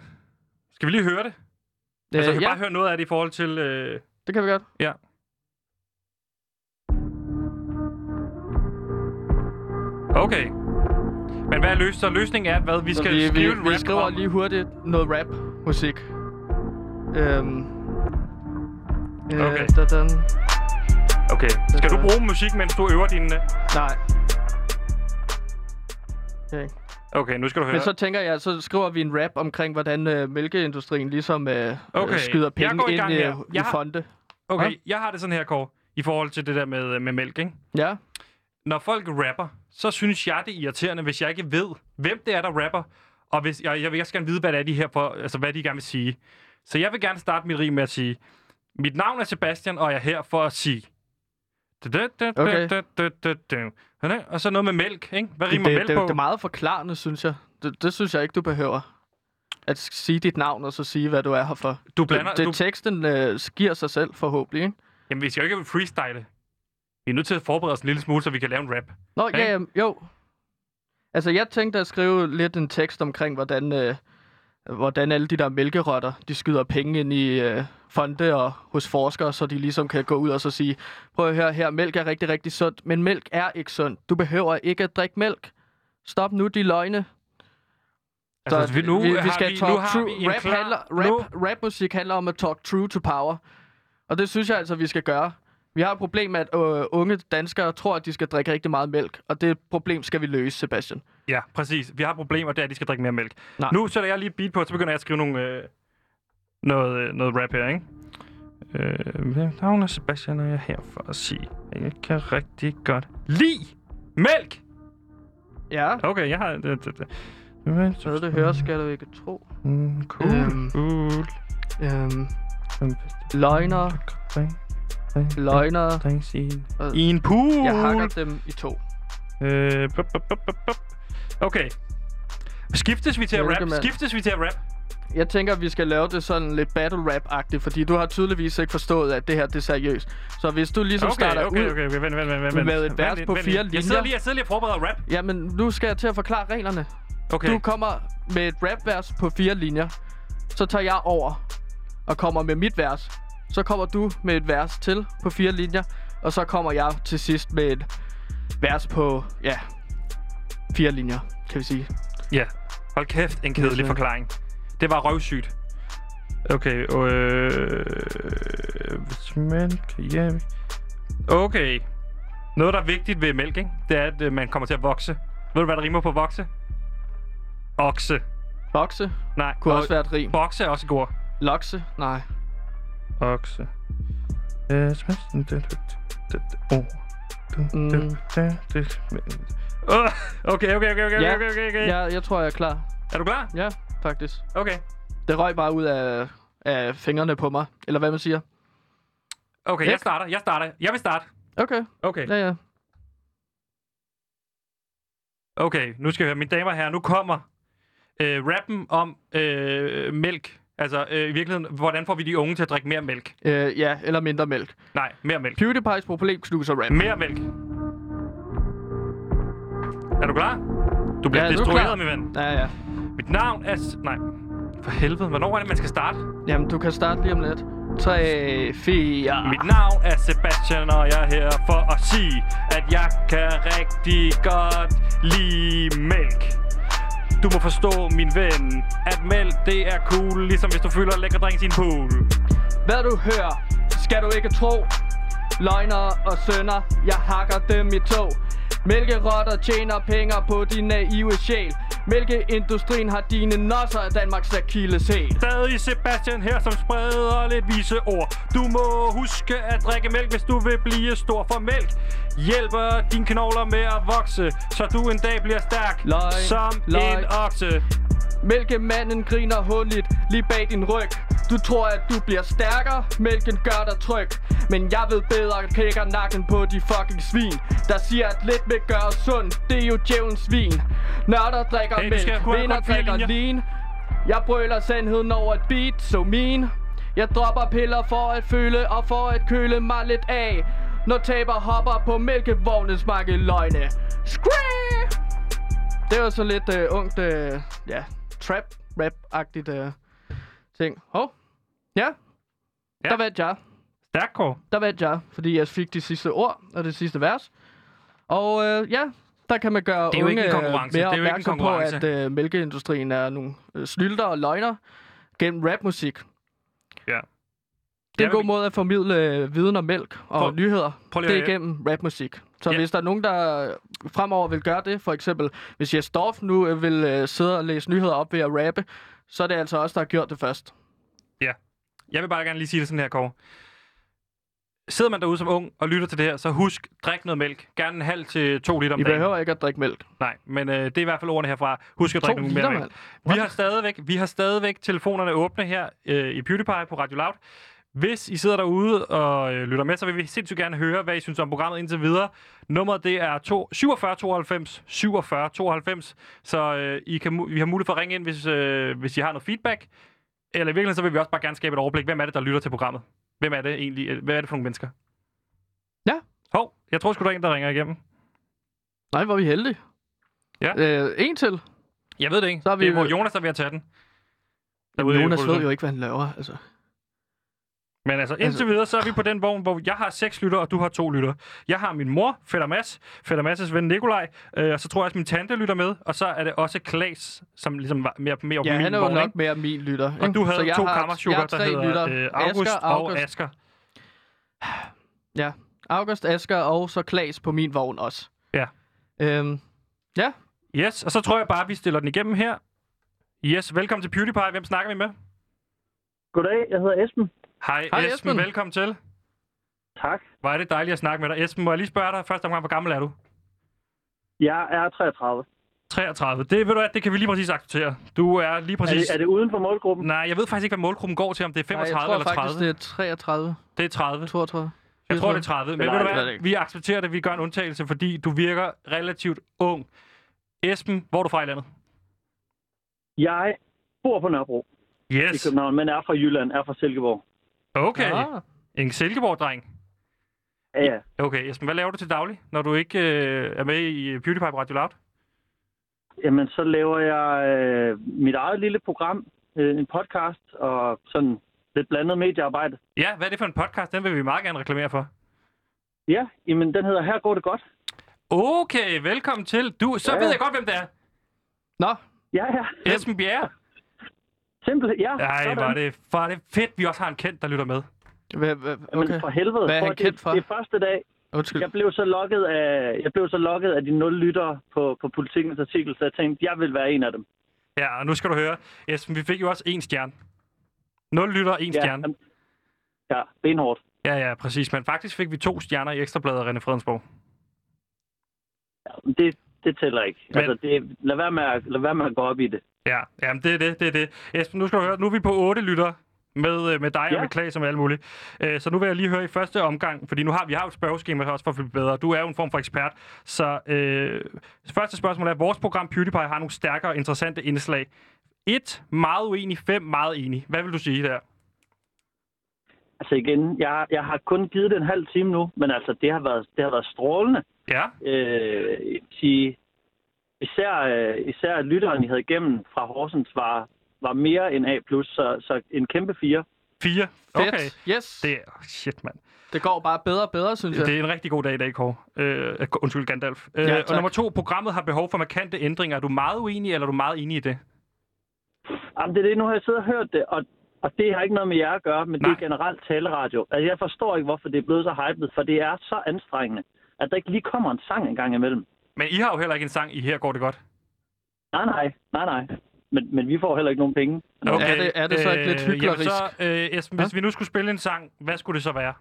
Speaker 1: Skal vi lige høre det? altså, jeg kan
Speaker 2: Øh, ja,
Speaker 1: bare høre noget af det i forhold til... Øh...
Speaker 2: det kan vi godt.
Speaker 1: Ja. Okay. Men hvad er løs? Så løsningen er, at hvad? Vi
Speaker 2: Så
Speaker 1: skal
Speaker 2: vi,
Speaker 1: skrive
Speaker 2: vi,
Speaker 1: en
Speaker 2: vi
Speaker 1: rap
Speaker 2: skriver
Speaker 1: om...
Speaker 2: lige hurtigt noget rap musik. Øhm, øh,
Speaker 1: Okay.
Speaker 2: Da, da,
Speaker 1: Okay. Skal du
Speaker 2: Øh.
Speaker 1: bruge musik, mens du øver øh? dine...
Speaker 2: nej. Okay.
Speaker 1: Okay, nu skal du høre.
Speaker 2: Men så tænker jeg, så skriver vi en rap omkring, hvordan øh, mælkeindustrien ligesom øh, okay.
Speaker 1: Okay,
Speaker 2: øh, skyder
Speaker 1: jeg
Speaker 2: penge
Speaker 1: går i
Speaker 2: ind
Speaker 1: gang
Speaker 2: i,
Speaker 1: her.
Speaker 2: i
Speaker 1: Jeg har-
Speaker 2: fonde.
Speaker 1: Okay,
Speaker 2: Ja.
Speaker 1: ja? jeg har det sådan her, Kåre, i forhold til det der med, øh, med mælk, ikke?
Speaker 2: Ja,
Speaker 1: Når folk rapper, så synes jeg, det er irriterende, hvis jeg ikke ved, hvem det er, der rapper, og hvis, jeg, jeg vil også gerne vide, hvad det er, de her for, altså hvad de gerne vil sige. Så jeg vil gerne starte mit rim med at sige, mit navn er Sebastian, og jeg er her for at sige.
Speaker 2: Okay.
Speaker 1: Okay. Og så noget med mælk, ikke? Hvad
Speaker 2: det,
Speaker 1: rimer
Speaker 2: det,
Speaker 1: mælk
Speaker 2: det,
Speaker 1: på?
Speaker 2: det er meget forklarende, synes jeg. Det, det synes jeg ikke, du behøver. at sige dit navn og så sige, hvad du er her for.
Speaker 1: Du blander...
Speaker 2: det, det
Speaker 1: du...
Speaker 2: teksten øh, giver sig selv forhåbentlig, ikke?
Speaker 1: Jamen, vi skal jo ikke freestyle. Vi er nødt til at forberede os en lille smule, så vi kan lave en rap.
Speaker 2: Nå,
Speaker 1: Ikke?
Speaker 2: ja, ja, jo. Altså, jeg tænkte at skrive lidt en tekst omkring, hvordan, øh, hvordan alle de der mælkerotter, de skyder penge ind i øh, fonde og hos forskere, så de ligesom kan gå ud og så sige, prøv at høre her, mælk er rigtig, rigtig sundt, men mælk er ikke sundt. Du behøver ikke at drikke mælk. Stop nu de løgne.
Speaker 1: Altså, vi, nu
Speaker 2: vi, vi
Speaker 1: har
Speaker 2: skal
Speaker 1: vi, nu
Speaker 2: talk
Speaker 1: har
Speaker 2: true.
Speaker 1: vi en
Speaker 2: rap,
Speaker 1: klar...
Speaker 2: handler,
Speaker 1: Nu,
Speaker 2: rap, rapmusik handler om at talk true to power. Og det synes jeg altså, vi skal gøre. Vi har et problem med, at øh, unge danskere tror, at de skal drikke rigtig meget mælk. Og det problem skal vi løse, Sebastian.
Speaker 1: Ja, præcis. Vi har problemer der, at de skal drikke mere mælk. Nej.
Speaker 2: Nej.
Speaker 1: Nu sætter jeg lige et beat på, og så begynder jeg at skrive nogle, øh, noget, øh, noget rap her, ikke? Øh, mit navn er Sebastian, og jeg er her for at sige, at jeg kan rigtig godt lide mælk!
Speaker 2: Ja.
Speaker 1: Okay, jeg har... Det, det, det.
Speaker 2: Så det hører, skal du ikke tro.
Speaker 1: Mm, Cool,
Speaker 2: Øhm.
Speaker 1: cool.
Speaker 2: Øhm,
Speaker 1: Den
Speaker 2: løgner,
Speaker 1: bedste-
Speaker 2: løgner.
Speaker 1: Drinks i en-
Speaker 2: og
Speaker 1: I en pool!
Speaker 2: Jeg hakker dem i to.
Speaker 1: Øh, bup, bup, bup, bup, bup. Okay. Skiftes vi til at rap?
Speaker 2: Mælkemand.
Speaker 1: Skiftes vi til at rap?
Speaker 2: Jeg tænker, at vi skal lave det sådan lidt battle rap-agtigt, fordi du har tydeligvis ikke forstået, at det her det er seriøst. Så hvis du ligesom starter
Speaker 1: okay,
Speaker 2: ud...
Speaker 1: okay, okay, vent, vent, vent, vent. vent.
Speaker 2: Med et
Speaker 1: Vent
Speaker 2: vers
Speaker 1: lidt,
Speaker 2: på
Speaker 1: vent
Speaker 2: fire
Speaker 1: lidt. Jeg
Speaker 2: linjer.
Speaker 1: sidder lige, jeg sidder lige og forbereder rap.
Speaker 2: Jamen, nu skal jeg til at forklare reglerne.
Speaker 1: Okay.
Speaker 2: Du kommer med et rapvers på fire linjer. Så tager jeg over og kommer med mit vers. Så kommer du med et vers til på fire linjer. Og så kommer jeg til sidst med et vers på, ja, fire linjer, kan vi sige.
Speaker 1: Ja. Hold kæft, en kedelig
Speaker 2: Yes, man.
Speaker 1: forklaring. Det var røvsygt. Okay, øh... Hvis mælk... Ja... Okay. Noget, der er vigtigt ved mælk, ikke? Det er, at øh, man kommer til at vokse. Ved du, hvad der rimer på vokse? Okse.
Speaker 2: Bokse
Speaker 1: Nej.
Speaker 2: kunne
Speaker 1: og
Speaker 2: også være et rim.
Speaker 1: Bokse er også et ord. Øh,
Speaker 2: Lokse? Nej.
Speaker 1: Okse. Øh, smadsen, det, det, det, det, oh.
Speaker 2: Mm.
Speaker 1: Det, det, det, Åh, Okay, okay, okay, okay,
Speaker 2: Ja.
Speaker 1: okay, okay, okay.
Speaker 2: Jeg, jeg tror, jeg er klar.
Speaker 1: Er du klar?
Speaker 2: Ja, faktisk.
Speaker 1: Okay.
Speaker 2: Det røg bare ud af, af fingrene på mig. Eller hvad man siger.
Speaker 1: Okay,
Speaker 2: Ja.
Speaker 1: jeg starter, jeg starter. Jeg vil starte.
Speaker 2: Okay,
Speaker 1: Okay.
Speaker 2: ja ja.
Speaker 1: Okay, nu skal jeg høre, mine damer og herrer, nu kommer øh, rappen om øh, mælk. Altså, øh, i virkeligheden, hvordan får vi de unge til at drikke mere mælk?
Speaker 2: Øh, ja, eller mindre mælk.
Speaker 1: Nej, mere mælk.
Speaker 2: PewDiePie's problem knuser rap.
Speaker 1: Mere mælk. Er du klar? Du bliver
Speaker 2: Ja,
Speaker 1: ja,
Speaker 2: nu er jeg klar.
Speaker 1: destrueret, min ven.
Speaker 2: Ja, ja.
Speaker 1: Mit navn er... S- Nej, for helvede. Hvornår er det, man skal starte?
Speaker 2: Jamen, du kan starte lige om lidt. 3, 4...
Speaker 1: Mit navn er Sebastian, og jeg er her for at sige, at jeg kan rigtig godt lide mælk. Du må forstå, min ven, at mælk det er cool, ligesom hvis du fylder lækker drink i en pool.
Speaker 2: Hvad du hører, skal du ikke tro. Løgner og sønder, jeg hakker dem i tog. Mælkerotter tjener penge på din naive sjæl. Mælkeindustrien har dine nosser af Danmarks akilleshæl.
Speaker 1: Stadig Sebastian her, som spreder lidt vise ord. Du må huske at drikke mælk, hvis du vil blive stor for mælk. Hjælper dine knogler med at vokse, så du en dag bliver stærk
Speaker 2: Løgn,
Speaker 1: som
Speaker 2: løgn.
Speaker 1: en okse.
Speaker 2: Mælkemanden griner hundigt lige bag din ryg Du tror at du bliver stærkere, mælken gør dig tryg Men jeg ved bedre, at knækker nakken på de fucking svin Der siger at lidt vil gøre os sund, det er jo djævens svin Nørder drikker
Speaker 1: Hey, vi skal
Speaker 2: mælk,
Speaker 1: kun have
Speaker 2: vinder
Speaker 1: kun fire
Speaker 2: drikker
Speaker 1: linjer.
Speaker 2: lean Jeg brøler sandheden over et beat, so mean Jeg dropper piller for at føle og for at køle mig lidt af Når taber hopper på mælkevognens mange løgne Scream! Det var så lidt øh, ungt, øh, ja, trap-rap-agtigt øh, ting. Hov, ja,
Speaker 1: Ja.
Speaker 2: der vandt jeg.
Speaker 1: Stærk, Kåre.
Speaker 2: Der vandt jeg, fordi jeg fik de sidste ord og det sidste vers. Og øh, ja, der kan man gøre
Speaker 1: Det er jo
Speaker 2: unge
Speaker 1: ikke en
Speaker 2: øh,
Speaker 1: konkurrence.
Speaker 2: mere
Speaker 1: Det er jo ikke en
Speaker 2: opmærksom på,
Speaker 1: konkurrence.
Speaker 2: at øh, mælkeindustrien er nogle øh, snylter og løgner gennem rapmusik.
Speaker 1: Ja.
Speaker 2: Det er
Speaker 1: vil-
Speaker 2: en god måde at formidle øh, viden om mælk og
Speaker 1: Prøv-
Speaker 2: nyheder.
Speaker 1: prøv lige
Speaker 2: det er
Speaker 1: at-
Speaker 2: igennem rapmusik. Så
Speaker 1: Ja.
Speaker 2: hvis der er nogen, der fremover vil gøre det, for eksempel hvis Jes Dorf nu øh, vil øh, sidde og læse nyheder op ved at rappe, så er det altså os, der har gjort det først.
Speaker 1: Jeg vil bare gerne lige sige det sådan her, Kåre. Sidder man derude som ung og lytter til det her, så husk, drik noget mælk. Gerne en halv til to liter om
Speaker 2: I
Speaker 1: dagen.
Speaker 2: behøver ikke at drikke mælk.
Speaker 1: Nej, men øh, det er i hvert fald ordene herfra. Husk at
Speaker 2: To
Speaker 1: drikke nogle
Speaker 2: liter,
Speaker 1: mere mælk.
Speaker 2: mand.
Speaker 1: Vi har, stadigvæk, vi har stadigvæk telefonerne åbne her øh, i PewDiePie på Radio Loud. Hvis I sidder derude og øh, lytter med, så vil vi sindssygt gerne høre, hvad I synes om programmet indtil videre. Nummeret det er to- 47 92 47 92, så øh, I kan, mu- vi har mulighed for at ringe ind, hvis, øh, hvis I har noget feedback. Eller i virkeligheden, så vil vi også bare gerne skabe et overblik. Hvem er det, der lytter til programmet? Hvem er det egentlig? øh, Hvad er det for nogle mennesker?
Speaker 2: Ja.
Speaker 1: Hov, jeg tror sgu, der er en, der ringer igennem.
Speaker 2: Nej, hvor er vi heldige.
Speaker 1: Ja.
Speaker 2: Øh, en til.
Speaker 1: Jeg ved det ikke.
Speaker 2: Så er vi-
Speaker 1: Det er, hvor Jonas er ved at tage den. Derude i
Speaker 2: Jonas ved
Speaker 1: produktionen.
Speaker 2: jo ikke, hvad han laver. Altså.
Speaker 1: Men altså, indtil
Speaker 2: Altså-
Speaker 1: videre, så er vi på den vogn, hvor jeg har seks lytter, og du har to lytter. Jeg har min mor, fætter Mads, fætter Mads' ven Nikolaj, øh, og så tror jeg også, min tante lytter med, og så er det også Klaas, som ligesom var mere, mere
Speaker 2: Ja,
Speaker 1: på min
Speaker 2: han er jo
Speaker 1: vogn,
Speaker 2: nok
Speaker 1: ikke?
Speaker 2: mere min lytter.
Speaker 1: Og
Speaker 2: ikke?
Speaker 1: du havde
Speaker 2: Så jeg
Speaker 1: to
Speaker 2: har-
Speaker 1: kammerchukker,
Speaker 2: jeg har
Speaker 1: der
Speaker 2: tre
Speaker 1: hedder
Speaker 2: lytter.
Speaker 1: øh, August,
Speaker 2: Asger,
Speaker 1: og
Speaker 2: August.
Speaker 1: Asger.
Speaker 2: Ja, August, Asger og så Klaas på min vogn også.
Speaker 1: Ja.
Speaker 2: Øhm,
Speaker 1: Yes, og så tror jeg bare, vi stiller den igennem her. Yes, velkommen til PewDiePie. Hvem snakker vi med?
Speaker 6: Goddag, jeg hedder Esben.
Speaker 1: Hej,
Speaker 2: Hej,
Speaker 1: Esben.
Speaker 2: Esben.
Speaker 1: Velkommen til.
Speaker 6: Tak.
Speaker 1: Hvor er det dejligt at snakke med dig. Esben, må jeg lige spørge dig først omgang, hvor gammel er du?
Speaker 6: Jeg er 33.
Speaker 1: 33. Det, ved du hvad, det kan vi lige præcis acceptere. Du er lige
Speaker 6: Er
Speaker 1: præcis...
Speaker 6: det, er det uden for målgruppen?
Speaker 1: Nej, jeg ved faktisk ikke, hvad målgruppen går til, om det er
Speaker 2: nej,
Speaker 1: 35
Speaker 2: jeg tror
Speaker 1: eller 30.
Speaker 2: faktisk, det er 33,
Speaker 1: Det er 30.
Speaker 2: 32.
Speaker 1: Jeg tror, det er 30. Men
Speaker 6: Eller
Speaker 1: ved du
Speaker 2: det
Speaker 6: ej,
Speaker 2: er det
Speaker 1: hvad?
Speaker 2: ikke.
Speaker 1: Vi accepterer det. Vi gør en undtagelse, fordi du virker relativt ung. Esben, hvor er du fra i landet?
Speaker 6: Jeg bor på Nørrebro i
Speaker 1: Yes.
Speaker 6: København, men er fra Jylland, er fra Silkeborg.
Speaker 1: Okay.
Speaker 2: Ah,
Speaker 1: En Silkeborg-dreng.
Speaker 6: Ja, ja.
Speaker 1: Okay, Esben, hvad laver du til daglig, når du ikke øh, er med i øh, PewDiePie på Radio Loud?
Speaker 6: Jamen, så laver jeg øh, mit eget lille program, øh, en podcast og sådan lidt blandet mediearbejde.
Speaker 1: Ja, hvad er det for en podcast? Den vil vi meget gerne reklamere for.
Speaker 6: Ja, jamen, den hedder Her går det godt.
Speaker 1: Okay, velkommen til. Du, så
Speaker 6: Ja.
Speaker 1: ved jeg godt, hvem det er.
Speaker 2: Nå,
Speaker 6: Ja, ja.
Speaker 1: Esben Bjerre.
Speaker 6: Simpelthen, ja.
Speaker 1: Ej, var det, var det fedt, vi også har en kendt, der lytter med.
Speaker 2: hva- hva-
Speaker 6: Okay.
Speaker 2: okay.
Speaker 6: Men for helvede.
Speaker 2: Hvad er
Speaker 6: prøv
Speaker 2: han
Speaker 6: at- det-
Speaker 2: kendt for?
Speaker 6: Det er første dag,
Speaker 2: Undskyld.
Speaker 6: Jeg blev så lokket af, jeg blev så lokket af de nul lyttere på, på politikens artikel, så jeg tænkte, jeg vil være en af dem.
Speaker 1: Ja, og nu skal du høre. Esben, vi fik jo også en stjerne. Nul lytter, en
Speaker 6: Ja,
Speaker 1: stjerne.
Speaker 6: jamen, ja benhårdt.
Speaker 1: Ja, ja, præcis. Men faktisk fik vi to stjerner i Ekstrabladet af René Fredensborg.
Speaker 6: Ja, men det, det tæller ikke.
Speaker 1: Men-
Speaker 6: Altså, det, lad, være med at, lad være med at gå op i det.
Speaker 1: Ja, jamen det er det, det er det. Esben, nu skal du høre, nu er vi på otte lytter med, øh, med dig ja. og
Speaker 6: Ja.
Speaker 1: med Klaas og med alt muligt. Øh, Så nu vil jeg lige høre i første omgang, fordi nu har vi har jo et spørgeskema her også for at blive bedre. Du er jo en form for ekspert. Så øh, første spørgsmål er, vores program PewDiePie har nogle stærkere og interessante indslag. Et, meget uenig. Fem, meget enig. Hvad vil du sige der?
Speaker 6: Altså igen, jeg, jeg har kun givet det en halv time nu, men altså, det har været, det har været strålende.
Speaker 1: Ja,
Speaker 6: Øh, de, især, øh, især lytteren, I havde igennem fra Horsens, var, var mere end A+, så, så en kæmpe fire.
Speaker 1: fire.
Speaker 2: Fedt.
Speaker 1: Okay.
Speaker 2: Yes. Det...
Speaker 1: Det er... Shit, mand.
Speaker 2: det går bare bedre og bedre, synes jeg.
Speaker 1: Det er en rigtig god dag i dag, Kåre. Øh, undskyld, Gandalf. Øh,
Speaker 2: Ja,
Speaker 1: ja, og
Speaker 2: tak.
Speaker 1: nummer to, programmet har behov for markante ændringer. Er du meget uenig, eller er du meget enig i det?
Speaker 6: Jamen, det er det. Nu har jeg siddet og hørt det, og, og det har ikke noget med jer at gøre, men Nej. det
Speaker 1: Nej.
Speaker 6: er generelt taleradio. Altså, jeg forstår ikke, hvorfor det er blevet så hypet, for det er så anstrengende, at der ikke lige kommer en sang engang imellem.
Speaker 1: Men I har jo heller ikke en sang i Her går det godt.
Speaker 2: Mm.
Speaker 6: Nej, nej, nej, nej. Men, men vi får heller ikke nogen penge.
Speaker 2: Er det- er det så ikke lidt hyklerisk?
Speaker 1: Øh, Jamen så, øh, Esben, hvis vi nu skulle spille en sang, hvad skulle det så være?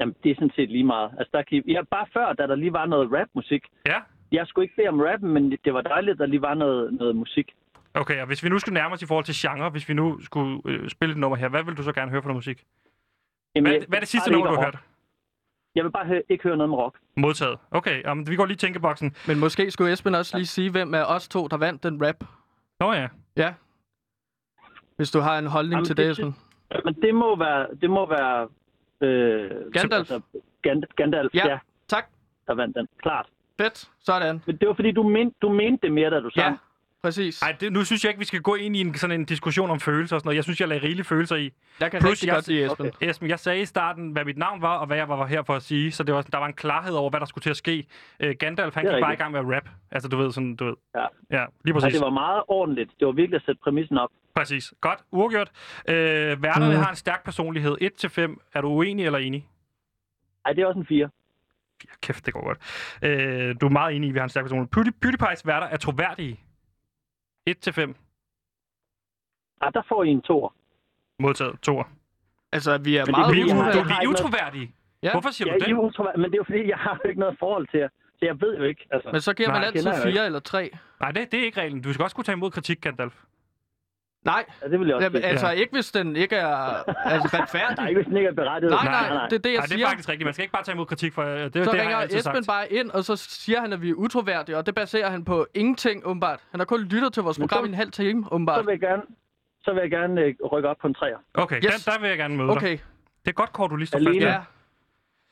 Speaker 6: Jamen, det er sådan set lige meget. Altså, der kan I... ja, bare før, da der lige var noget rapmusik.
Speaker 1: Ja,
Speaker 6: Jeg skulle ikke bede om rappen, men det var dejligt, at der lige var noget, noget musik.
Speaker 1: okay. Og hvis vi nu skulle nærme os i forhold til genre, hvis vi nu skulle øh, spille et nummer her, hvad vil du så gerne høre for noget musik?
Speaker 6: Jamen,
Speaker 1: Hvad,
Speaker 6: jeg-
Speaker 1: hvad er det sidste
Speaker 6: bare
Speaker 1: nummer, du
Speaker 6: ikke
Speaker 1: har
Speaker 6: rock.
Speaker 1: hørt?
Speaker 6: Jeg vil bare hø- ikke høre noget med rock.
Speaker 1: Modtaget. Okay, um, vi går lige i tænkeboksen.
Speaker 2: Men måske skulle Esben også lige sige, hvem af os to, der vandt den rap.
Speaker 1: Nå ja.
Speaker 2: Ja. Hvis du har en holdning
Speaker 6: Jamen,
Speaker 2: til
Speaker 6: det
Speaker 2: det,
Speaker 6: er
Speaker 2: Esben.
Speaker 6: Men det må være... Det må være øh,
Speaker 2: Gandalf.
Speaker 6: Altså, Gand- Gandalf,
Speaker 2: Ja.
Speaker 6: ja. ja,
Speaker 2: Tak.
Speaker 6: der vandt den. Klart.
Speaker 2: Fedt. Sådan.
Speaker 6: Men det var fordi, du, men, du mente det mere, da du sang.
Speaker 2: Ja, præcis.
Speaker 1: Ej, det, nu synes jeg ikke, vi skal gå ind i en, sådan en diskussion om følelser og sådan noget. Jeg synes, jeg lagde rigelige følelser i.
Speaker 2: Jeg kan
Speaker 1: plus,
Speaker 2: rigtig
Speaker 1: jeg-
Speaker 2: godt lide Esben. Okay.
Speaker 1: Esben, jeg sagde i starten, hvad mit navn var, og hvad jeg var her for at sige, så det var, sådan- der var en klarhed over, hvad der skulle til at ske. Øh, Gandalf, han
Speaker 6: Det
Speaker 1: gik bare
Speaker 6: er
Speaker 1: i
Speaker 6: rigtigt.
Speaker 1: gang med at rap. Altså, du ved, sådan, du ved.
Speaker 6: Ja.
Speaker 1: Ja, lige præcis.
Speaker 6: Og det var meget ordentligt. Det var virkelig at sætte præmissen op.
Speaker 1: Præcis. Godt. Uafgjort. Øh, værterne mm. har en stærk personlighed. 1-5. Er du uenig eller enig?
Speaker 6: Ej, det er også en fire.
Speaker 1: Ja, kæft, det går godt. Øh, du er meget enig i, at vi har en stærk personlighed. Pewdie- PewDiePie's værter er troværdige. 1-5.
Speaker 6: Ej, der får I en toer.
Speaker 1: Modtaget. Toer.
Speaker 2: Altså, vi er
Speaker 6: Men
Speaker 2: meget
Speaker 1: Vi er,
Speaker 6: jeg
Speaker 1: u-
Speaker 6: har-
Speaker 1: du,
Speaker 2: ude.
Speaker 6: jeg
Speaker 1: vi
Speaker 6: har
Speaker 1: er
Speaker 6: ikke noget-
Speaker 1: utroværdige.
Speaker 2: Ja.
Speaker 1: Hvorfor siger
Speaker 6: Jeg
Speaker 1: du
Speaker 6: er
Speaker 1: det?
Speaker 6: ikke utrovær, men det er jo fordi, jeg har jo ikke noget forhold til jer. Så jeg ved jo ikke. Altså,
Speaker 2: Men så giver
Speaker 1: Nej,
Speaker 2: man
Speaker 6: det
Speaker 2: altid
Speaker 6: kender jeg jo
Speaker 2: fire eller tre.
Speaker 1: Nej, det, det er ikke reglen. Du skal også kunne tage imod kritik, Gandalf.
Speaker 2: Nej,
Speaker 6: Ja, det vil jeg også
Speaker 2: Jamen,
Speaker 6: sige.
Speaker 2: altså ikke hvis den ikke er altså,
Speaker 6: Der
Speaker 2: retfærdig.
Speaker 6: er ikke, hvis den ikke er berettiget.
Speaker 2: Nej, nej, nej, det er det, jeg
Speaker 1: Nej, det er
Speaker 2: siger.
Speaker 1: faktisk rigtigt. Man skal ikke bare tage imod kritik for... øh, Det, det
Speaker 2: Så
Speaker 1: har
Speaker 2: det
Speaker 1: jeg
Speaker 2: ringer
Speaker 1: altid
Speaker 2: Esben
Speaker 1: sagt.
Speaker 2: bare ind, og så siger han, at vi er utroværdige, og det baserer han på ingenting, åbenbart. Han har kun lyttet til vores
Speaker 6: Men så-
Speaker 2: program i en halv time,
Speaker 6: Så
Speaker 2: åbenbart.
Speaker 6: vil jeg gerne, så vil jeg gerne øh, rykke op på en træer.
Speaker 1: Okay,
Speaker 2: Yes.
Speaker 1: yes. der, der vil jeg gerne møde dig.
Speaker 2: Okay,
Speaker 1: Det er godt kort, du lige står
Speaker 6: Alene.
Speaker 1: fast. der.
Speaker 2: ja.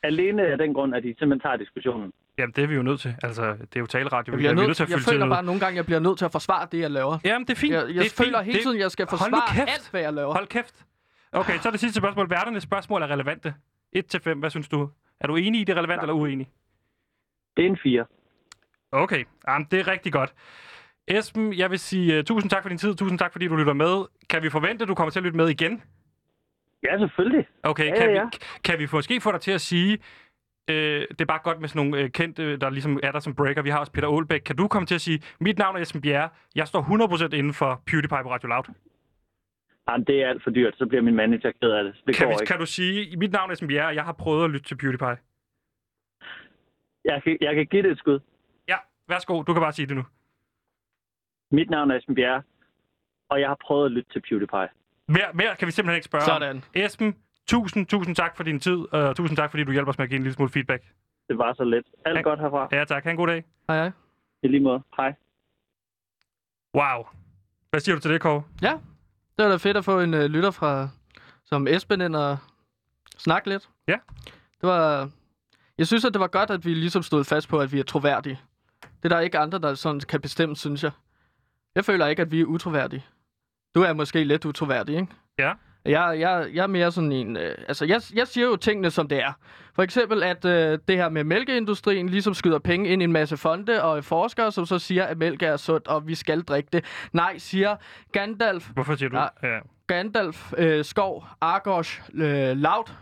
Speaker 6: Alene af den grund, at de simpelthen tager diskussionen.
Speaker 1: Jamen, det er vi jo nødt til. Altså, det er jo taleradio.
Speaker 2: Jeg,
Speaker 1: vi
Speaker 2: bliver
Speaker 1: er
Speaker 2: nødt,
Speaker 1: nødt til at
Speaker 2: jeg
Speaker 1: fylde tiden
Speaker 2: føler
Speaker 1: ud.
Speaker 2: bare nogle gange, jeg bliver nødt til at forsvare det, jeg laver.
Speaker 1: Jamen, det er fint.
Speaker 2: Jeg,
Speaker 1: det
Speaker 2: jeg
Speaker 1: er
Speaker 2: føler
Speaker 1: fint.
Speaker 2: hele
Speaker 1: Det-
Speaker 2: tiden, jeg skal
Speaker 1: Hold nu
Speaker 2: forsvare
Speaker 1: kæft.
Speaker 2: alt, hvad jeg laver.
Speaker 1: Hold kæft. Okay, så er det sidste spørgsmål. Værternes spørgsmål er relevante. 1-5, hvad synes du? Er du enig i det er relevant, eller uenig?
Speaker 6: Det er en fire.
Speaker 1: Okay, Jamen, det er rigtig godt. Esben, jeg vil sige uh, tusind tak for din tid. Tusind tak, fordi du lytter med. Kan vi forvente, at du kommer til at lytte med igen?
Speaker 6: Ja, selvfølgelig.
Speaker 1: Okay,
Speaker 6: Ja,
Speaker 1: kan,
Speaker 6: ja,
Speaker 1: vi,
Speaker 6: ja.
Speaker 1: kan vi måske få dig til at sige, øh, det er bare godt med sådan nogle øh, kendte, der ligesom er der som breaker. Vi har også Peter Aalbæk. Kan du komme til at sige, mit navn er Esben Bjerre. Jeg står 100% inden for PewDiePie på Radio Loud.
Speaker 6: Jamen, det er alt for dyrt. Så bliver min manager ked af det. Det
Speaker 1: Kan,
Speaker 6: går
Speaker 1: vi,
Speaker 6: ikke.
Speaker 1: kan du sige, mit navn er Esben Bjerre, og jeg har prøvet at lytte til PewDiePie?
Speaker 6: Jeg, kan, jeg kan give det et skud.
Speaker 1: Ja, værsgo. Du kan bare sige det nu.
Speaker 6: Mit navn er Esben Bjerre, og jeg har prøvet at lytte til PewDiePie.
Speaker 1: Mere, mere kan vi simpelthen ikke spørge om.
Speaker 2: Sådan.
Speaker 1: Esben, tusind, tusind tak for din tid, og tusind tak, fordi du hjælper os med at give en lille smule feedback.
Speaker 6: Det var så let. Alt
Speaker 1: Ja.
Speaker 6: godt herfra.
Speaker 1: Ja, tak. Ha' en god dag.
Speaker 2: Hej, hej.
Speaker 6: I lige måde. Hej.
Speaker 1: Wow. Hvad siger du til det, Kåre?
Speaker 2: Ja, det var da fedt at få en øh, lytter fra som Esben ind og snakke lidt.
Speaker 1: Ja.
Speaker 2: Det var, jeg synes, at det var godt, at vi ligesom stod fast på, at vi er troværdige. Det er der ikke andre, der sådan kan bestemme, synes jeg. Jeg føler ikke, at vi er utroværdige. Du er måske lidt utroværdig, ikke?
Speaker 1: Ja.
Speaker 2: Jeg, jeg, jeg er mere sådan en... Øh, altså, jeg, jeg siger jo tingene, som det er. For eksempel, at øh, det her med mælkeindustrien ligesom skyder penge ind i en masse fonde og forskere, som så siger, at mælk er sundt, og vi skal drikke det. Nej, siger Gandalf,
Speaker 1: Hvorfor siger du?
Speaker 2: Nej.
Speaker 1: Ja.
Speaker 2: Gandalf øh, Skov Argos øh, Laut.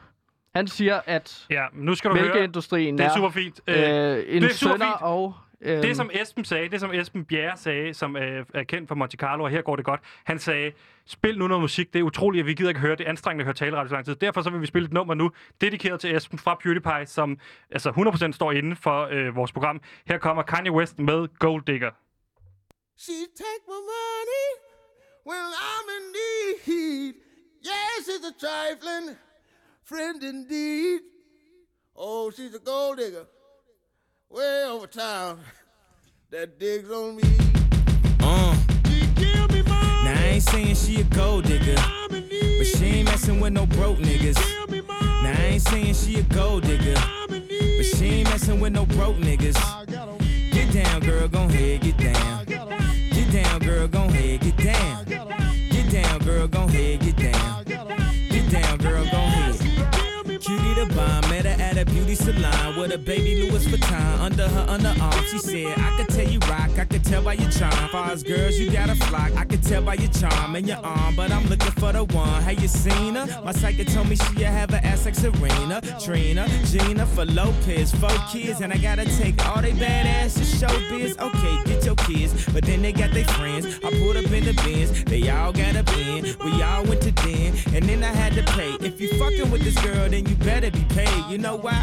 Speaker 2: Han siger, at
Speaker 1: ja, nu skal du høre.
Speaker 2: mælkeindustrien
Speaker 1: Det er super fint. Øh,
Speaker 2: er øh, en
Speaker 1: det er super
Speaker 2: sønder
Speaker 1: fint.
Speaker 2: og... Øh,
Speaker 1: det, som Esben sagde, det, som Esben Bjerre sagde, som øh, er kendt fra Monte Carlo, og her går det godt, han sagde, spil nu noget musik, det er utroligt, at vi gider ikke høre det, er anstrengende at høre taleradio så lang tid. Derfor så vil vi spille et nummer nu, dedikeret til Esben fra PewDiePie, som altså 100% står inde for øh, vores program. Her kommer Kanye West med Gold Digger.
Speaker 7: She take my money when I'm in need. Yes, she's a trifling friend indeed. Oh, she's a gold digger way over town that digs on me.
Speaker 8: Uh,
Speaker 7: She give me money.
Speaker 8: now I ain't saying she a gold digger,
Speaker 7: I'm in need.
Speaker 8: but she ain't messing with no broke niggas.
Speaker 7: Give me money.
Speaker 8: Now I ain't saying she a gold digger,
Speaker 7: I'm in need.
Speaker 8: but she ain't messing with no broke niggas.
Speaker 7: I got a weed.
Speaker 8: Get down, girl, gon' head, get down.
Speaker 7: Got a weed.
Speaker 8: Get down, girl, gon' head, get down.
Speaker 7: Got a weed.
Speaker 8: Get down, girl, gon' head, get down.
Speaker 7: Got a weed.
Speaker 8: Get down, girl, gon' head.
Speaker 7: Give me money.
Speaker 8: Cutie the bomb, met her at a beauty salon with a baby Louis Vuitton under her underarm. She said, I could tell you rock, I could tell by your charm. Far as girls, you got a flock, I could tell by your charm and your arm. But I'm looking for the one. Have you seen her? My psychic told me she have an ass like Serena, Trina, Gina for Lopez, four kids, and I gotta take all they badass to showbiz. Okay, get your kids, but then they got their friends. I pulled up in the bins, they all got a bin. We all went to den, and then I had to pay. If you fucking with this girl, then you better be paid. You know why?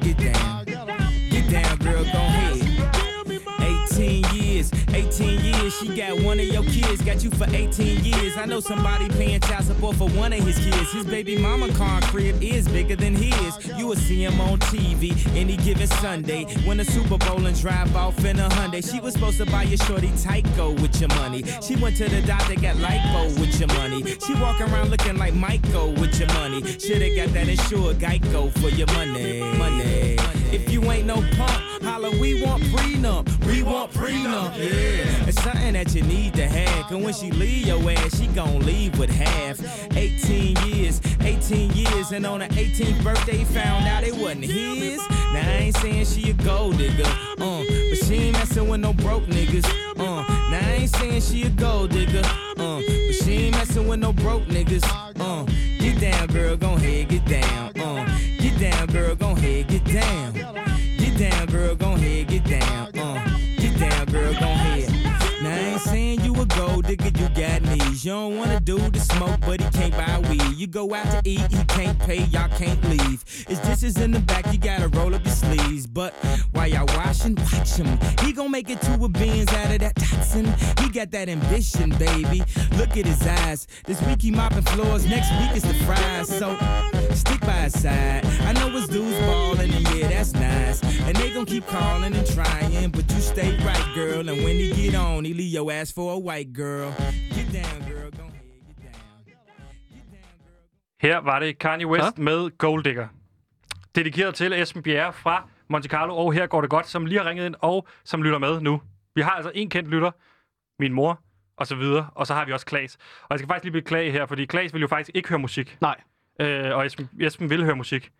Speaker 8: get down. Get down, girl, gon' head. 18 years, 18 years. She got one of your kids, got you for 18 years. I know somebody paying child support for one of his kids. His baby mama car crib is bigger than his. You will see him on TV any given Sunday. Win the Super Bowl and drive off in a Hyundai. She was supposed to buy your shorty Tyco with your money. She went to the doctor, got lipo with your money. She walking around looking like Michael with your money. Shoulda got that insured Geico for your money. Money. If you ain't no punk, holla, we want prenup. We want prenup. Yeah. It's something that you need to have. And when she leave your ass, she gon' leave with half. 18 years, 18 years. And on her 18th birthday, found out it wasn't his. Now I ain't saying she a gold digger. Uh, but she ain't messing with no broke niggas. Uh, now I ain't saying she a gold digger. Uh, but she ain't messing with no broke niggas. Uh, get Get down, girl, gon' head, get down. Uh. Get down, girl, gon' head, get down. Get down, girl, gon' head, get down. Uh. Get down, girl, gon' head. Now I ain't saying you a gold digger, you got knees. You don't wanna do the smoke, but he can't buy weed. You go out to eat, he can't pay, y'all can't leave. His dishes in the back, you gotta roll up your sleeves. But while y'all washing, watch him. He gon' make it to a beans out of that toxin. He got that ambition, baby. Look at his eyes. This week he mopping floors, next week is the fries. So stick by his side. I know his dudes ballin', and yeah, that's nice. And they gon' keep calling and trying, but you stay right, girl. And when he get on, he leave your ass for a white girl. Get down, girl. Go ahead, get down. Get down, girl.
Speaker 1: Her var det Kanye West
Speaker 2: Ja.
Speaker 1: ja. med Gold Digger. Dedikeret til Esben Bjerre fra Monte Carlo, og her går det godt, som lige har ringet ind, og som lytter med nu. Vi har altså en kendt lytter, min mor, og så videre, og så har vi også Klaas. Og jeg skal faktisk lige beklage her, fordi Klaas vil jo faktisk ikke høre musik,
Speaker 2: Nej.
Speaker 1: øh, og Esben, Esben vil høre musik.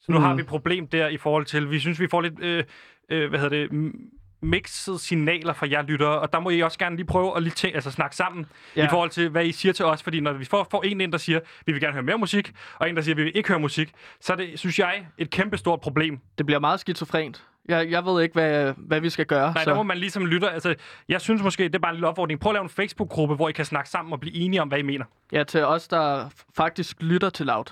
Speaker 1: Så nu mm. har vi et problem der i forhold til, vi synes, vi får lidt, øh, øh, hvad hedder det, m- mixede signaler fra jer lyttere, og der må I også gerne lige prøve at lige tæ- altså, snakke sammen ja.
Speaker 2: Ja.
Speaker 1: i forhold til, hvad I siger til os, fordi når vi får, får en ind, der siger, vi vil gerne høre mere musik, og en, der siger, vi vil ikke høre musik, så er det, synes jeg, et kæmpe stort problem.
Speaker 2: Det bliver meget skizofrent. Jeg, jeg ved ikke, hvad, hvad vi skal gøre.
Speaker 1: Nej, så. der må man ligesom lytte, altså, jeg synes måske, det er bare en lille opfordring, prøv at lave en Facebook-gruppe, hvor I kan snakke sammen og blive enige om, hvad I mener.
Speaker 2: Ja, til os, der f- faktisk lytter til Loud,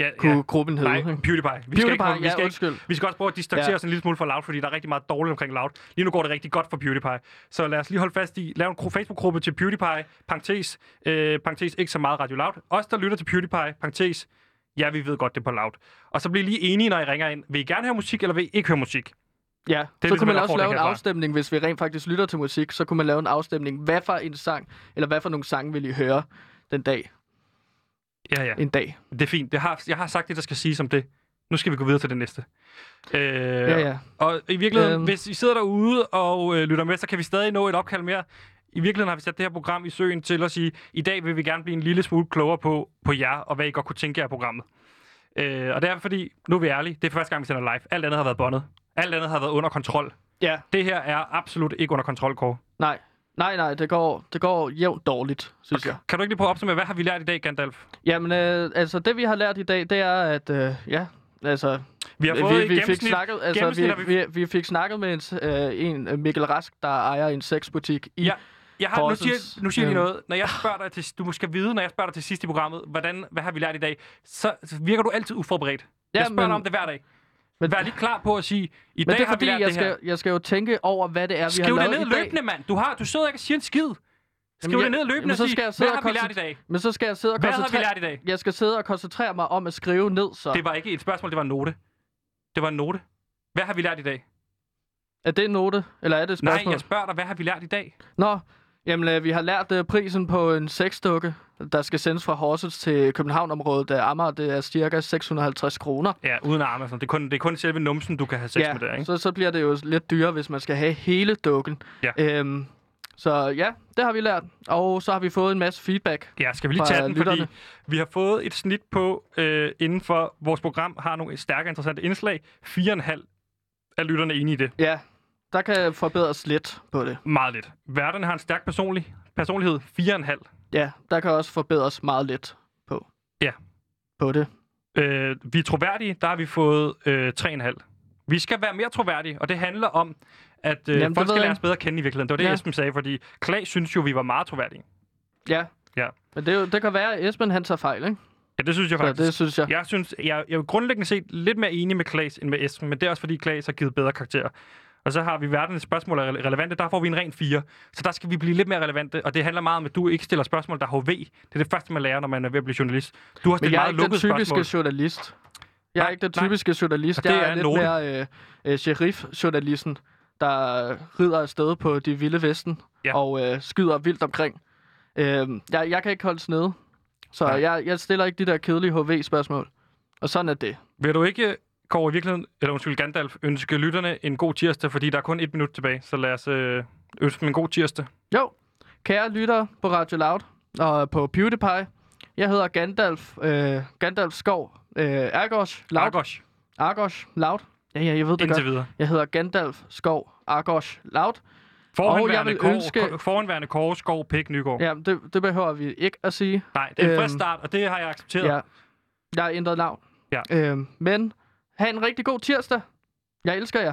Speaker 1: Ja,
Speaker 2: kunne ja. gruppen hedde.
Speaker 1: Nej,
Speaker 2: ikke?
Speaker 1: PewDiePie. Vi skal
Speaker 2: PewDiePie,
Speaker 1: ikke, prøve- vi
Speaker 2: ja,
Speaker 1: skal
Speaker 2: undskyld.
Speaker 1: Ikke, vi skal også prøve at distancere
Speaker 2: Ja.
Speaker 1: ja. os en lille smule fra Loud, fordi der er rigtig meget dårligt omkring Loud. Lige nu går det rigtig godt for PewDiePie. Så lad os lige holde fast i, lav en gru- Facebook-gruppe til PewDiePie, parentes, øh, parentes ikke så meget Radio Loud. Os, der lytter til PewDiePie, parentes, ja, vi ved godt, det er på Loud. Og så bliver lige enige, når I ringer ind. Vil I gerne høre musik, eller vil I ikke høre musik?
Speaker 2: Ja,
Speaker 1: er
Speaker 2: så
Speaker 1: ligesom
Speaker 2: kunne man
Speaker 1: en
Speaker 2: også
Speaker 1: opfordring
Speaker 2: lave en
Speaker 1: herfra.
Speaker 2: afstemning, hvis vi rent faktisk lytter til musik, så kunne man lave en afstemning. Hvad for en sang, eller hvad for nogle sange vil I høre den dag?
Speaker 1: Ja, ja.
Speaker 2: En dag.
Speaker 1: Det er fint. Jeg har, jeg har sagt det, der skal siges om det. Nu skal vi gå videre til det næste. Øh,
Speaker 2: Ja, ja.
Speaker 1: Og i virkeligheden,
Speaker 2: Øhm.
Speaker 1: øhm. hvis I sidder derude og øh, lytter med, så kan vi stadig nå et opkald mere. I virkeligheden har vi sat det her program i søen til at sige, i dag vil vi gerne blive en lille smule klogere på, på jer, og hvad I godt kunne tænke jer af programmet. Øh, og det er fordi, nu er vi ærlige, det er første gang, vi sender live. Alt andet har været bondet. Alt andet har været under kontrol.
Speaker 2: Ja,
Speaker 1: Det her er absolut ikke under kontrol, Kåre.
Speaker 2: nej. Nej, nej, det går, det går jævnt dårligt, synes okay. jeg.
Speaker 1: Kan du ikke lige prøve at opsummere, hvad har vi lært i dag, Gandalf?
Speaker 2: Jamen, øh, altså det vi har lært i dag, det er, at øh, ja, altså...
Speaker 1: Vi har fået et
Speaker 2: vi, vi fik
Speaker 1: gennemsnit,
Speaker 2: snakket, altså,
Speaker 1: gennemsnit,
Speaker 2: vi,
Speaker 1: og
Speaker 2: vi, vi, fik snakket med en, s- øh, en øh, Mikkel Rask, der ejer en sexbutik i...
Speaker 1: Ja, Jeg har, nu
Speaker 2: Horsens.
Speaker 1: siger, nu siger jeg lige
Speaker 2: Øhm.
Speaker 1: noget. Når jeg spørger dig til, du skal vide, når jeg spørger dig til sidst i programmet, hvordan, hvad har vi lært i dag, så så virker du altid uforberedt. Ja, jeg spørger
Speaker 2: men-
Speaker 1: men, dig om det hver dag.
Speaker 2: men-
Speaker 1: Men, Vær lige klar på at sige, i
Speaker 2: Men
Speaker 1: dag
Speaker 2: det er
Speaker 1: har vi
Speaker 2: fordi,
Speaker 1: lært
Speaker 2: jeg
Speaker 1: det her.
Speaker 2: skal, jeg skal jo tænke over, hvad det er, vi
Speaker 1: Skriv
Speaker 2: har
Speaker 1: det
Speaker 2: lavet
Speaker 1: ned
Speaker 2: i dag.
Speaker 1: løbende, mand. Du, har, du sidder ikke og siger en skid. Skriv
Speaker 2: Jamen,
Speaker 1: det
Speaker 2: jeg-
Speaker 1: ned løbende
Speaker 2: jamen,
Speaker 1: og
Speaker 2: så
Speaker 1: sig,
Speaker 2: skal jeg sidde
Speaker 1: hvad har
Speaker 2: og
Speaker 1: vi lært i
Speaker 2: koncentr-
Speaker 1: dag?
Speaker 2: Men så skal jeg sidde og
Speaker 1: Hvad har vi
Speaker 2: koncentrere...
Speaker 1: lært i dag?
Speaker 2: Jeg skal sidde og koncentrere mig om at skrive ned, så.
Speaker 1: Det var ikke et spørgsmål, det var en note. Det var en note. Hvad har vi lært i dag?
Speaker 2: Er det en note, eller er det et
Speaker 1: Nej,
Speaker 2: spørgsmål?
Speaker 1: jeg spørger dig, hvad har vi lært i dag?
Speaker 2: Nå, jamen øh, vi har lært øh, prisen på en sexdukke, der skal sendes fra Horsens til København-området af Amager. Det er cirka 650 kroner.
Speaker 1: Ja, uden arme og sådan. Det er kun, det er kun selve numsen, du kan have sex med der, ikke?
Speaker 2: så, så bliver det jo lidt dyrere, hvis man skal have hele dukken.
Speaker 1: Ja.
Speaker 2: Øhm, så ja, det har vi lært. Og så har vi fået en masse feedback.
Speaker 1: Ja, skal vi lige
Speaker 2: fra
Speaker 1: tage den, fordi
Speaker 2: lytterne.
Speaker 1: vi har fået et snit på, øh, inden for vores program har nogle stærke interessante indslag. 4,5 af lytterne enige i det.
Speaker 2: Ja, der kan forbedres lidt på det.
Speaker 1: Meget lidt. Værterne har en stærk personlig, personlighed. 4,5.
Speaker 2: Ja, der kan også forbedres meget lidt på.
Speaker 1: Ja.
Speaker 2: På det.
Speaker 1: Øh, vi er troværdige, der har vi fået øh, 3,5. Vi skal være mere troværdige, og det handler om, at øh,
Speaker 2: Jamen, det
Speaker 1: Jamen, folk
Speaker 2: ved
Speaker 1: skal
Speaker 2: jeg.
Speaker 1: lære os bedre at kende i virkeligheden. Det var det,
Speaker 2: Ja.
Speaker 1: ja. Esben sagde, fordi Klag synes jo, vi var meget troværdige.
Speaker 2: Ja.
Speaker 1: Ja.
Speaker 2: Men det, er jo, det kan være, at Esben han tager fejl, ikke?
Speaker 1: Ja, det synes jeg
Speaker 2: Så
Speaker 1: faktisk.
Speaker 2: det synes jeg.
Speaker 1: Jeg synes, jeg, jeg er grundlæggende set lidt mere enig med Klaas end med Esben, men det er også fordi Klaas har givet bedre karakterer. Og så har vi verdens spørgsmål er rele- relevante, der får vi en ren 4. Så der skal vi blive lidt mere relevante, og det handler meget om, at du ikke stiller spørgsmål, der er HV. Det er det første, man lærer, når man er ved at blive journalist. Du har
Speaker 2: Men
Speaker 1: stillet
Speaker 2: jeg er
Speaker 1: meget
Speaker 2: ikke den
Speaker 1: lukkede
Speaker 2: typiske
Speaker 1: spørgsmål.
Speaker 2: journalist. Jeg er
Speaker 1: Nej,
Speaker 2: ikke den
Speaker 1: nej.
Speaker 2: typiske journalist.
Speaker 1: Og det
Speaker 2: jeg er,
Speaker 1: er en
Speaker 2: lidt
Speaker 1: note.
Speaker 2: mere øh, øh, sheriff-journalisten, der øh, rider afsted på de vilde vesten ja.
Speaker 1: Ja.
Speaker 2: og øh, skyder vildt omkring. Øh, jeg, jeg kan ikke holde snede, så
Speaker 1: Nej.
Speaker 2: jeg, jeg stiller ikke de der kedelige HV-spørgsmål. Og sådan er det.
Speaker 1: Vil du ikke, Kåre, i virkeligheden, eller undskyld, Gandalf, ønske lytterne en god tirsdag, fordi der er kun et minut tilbage, så lad os øh, ønske dem en god tirsdag.
Speaker 2: Jo, kære lyttere på Radio Loud og på PewDiePie, jeg hedder Gandalf, øh, Gandalf Skov, øh, Argos, Loud, Argos.
Speaker 1: Lagos,
Speaker 2: Argos, Loud. Ja, ja, jeg ved det godt.
Speaker 1: indtil videre.
Speaker 2: Jeg hedder Gandalf Skov Argos Loud.
Speaker 1: Forhenværende
Speaker 2: vil
Speaker 1: Kåre,
Speaker 2: ønske-
Speaker 1: ønske... forhenværende Kåre Skov Pæk Nygaard. Ja.
Speaker 2: Ja, det, det behøver vi ikke at sige.
Speaker 1: Nej, det er en
Speaker 2: Øhm,
Speaker 1: frisk start, og det har jeg accepteret.
Speaker 2: Ja. Jeg har ændret navn.
Speaker 1: Ja.
Speaker 2: Øhm, men have en rigtig god tirsdag. Jeg elsker jer.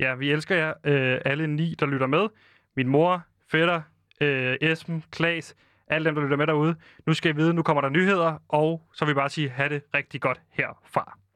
Speaker 1: Ja, vi elsker jer, øh, alle ni, der lytter med. Min mor, fætter, øh, Esben, Klaas, alle dem, der lytter med derude. Nu skal I vide, nu kommer der nyheder, og så vil jeg bare sige, have det rigtig godt herfra.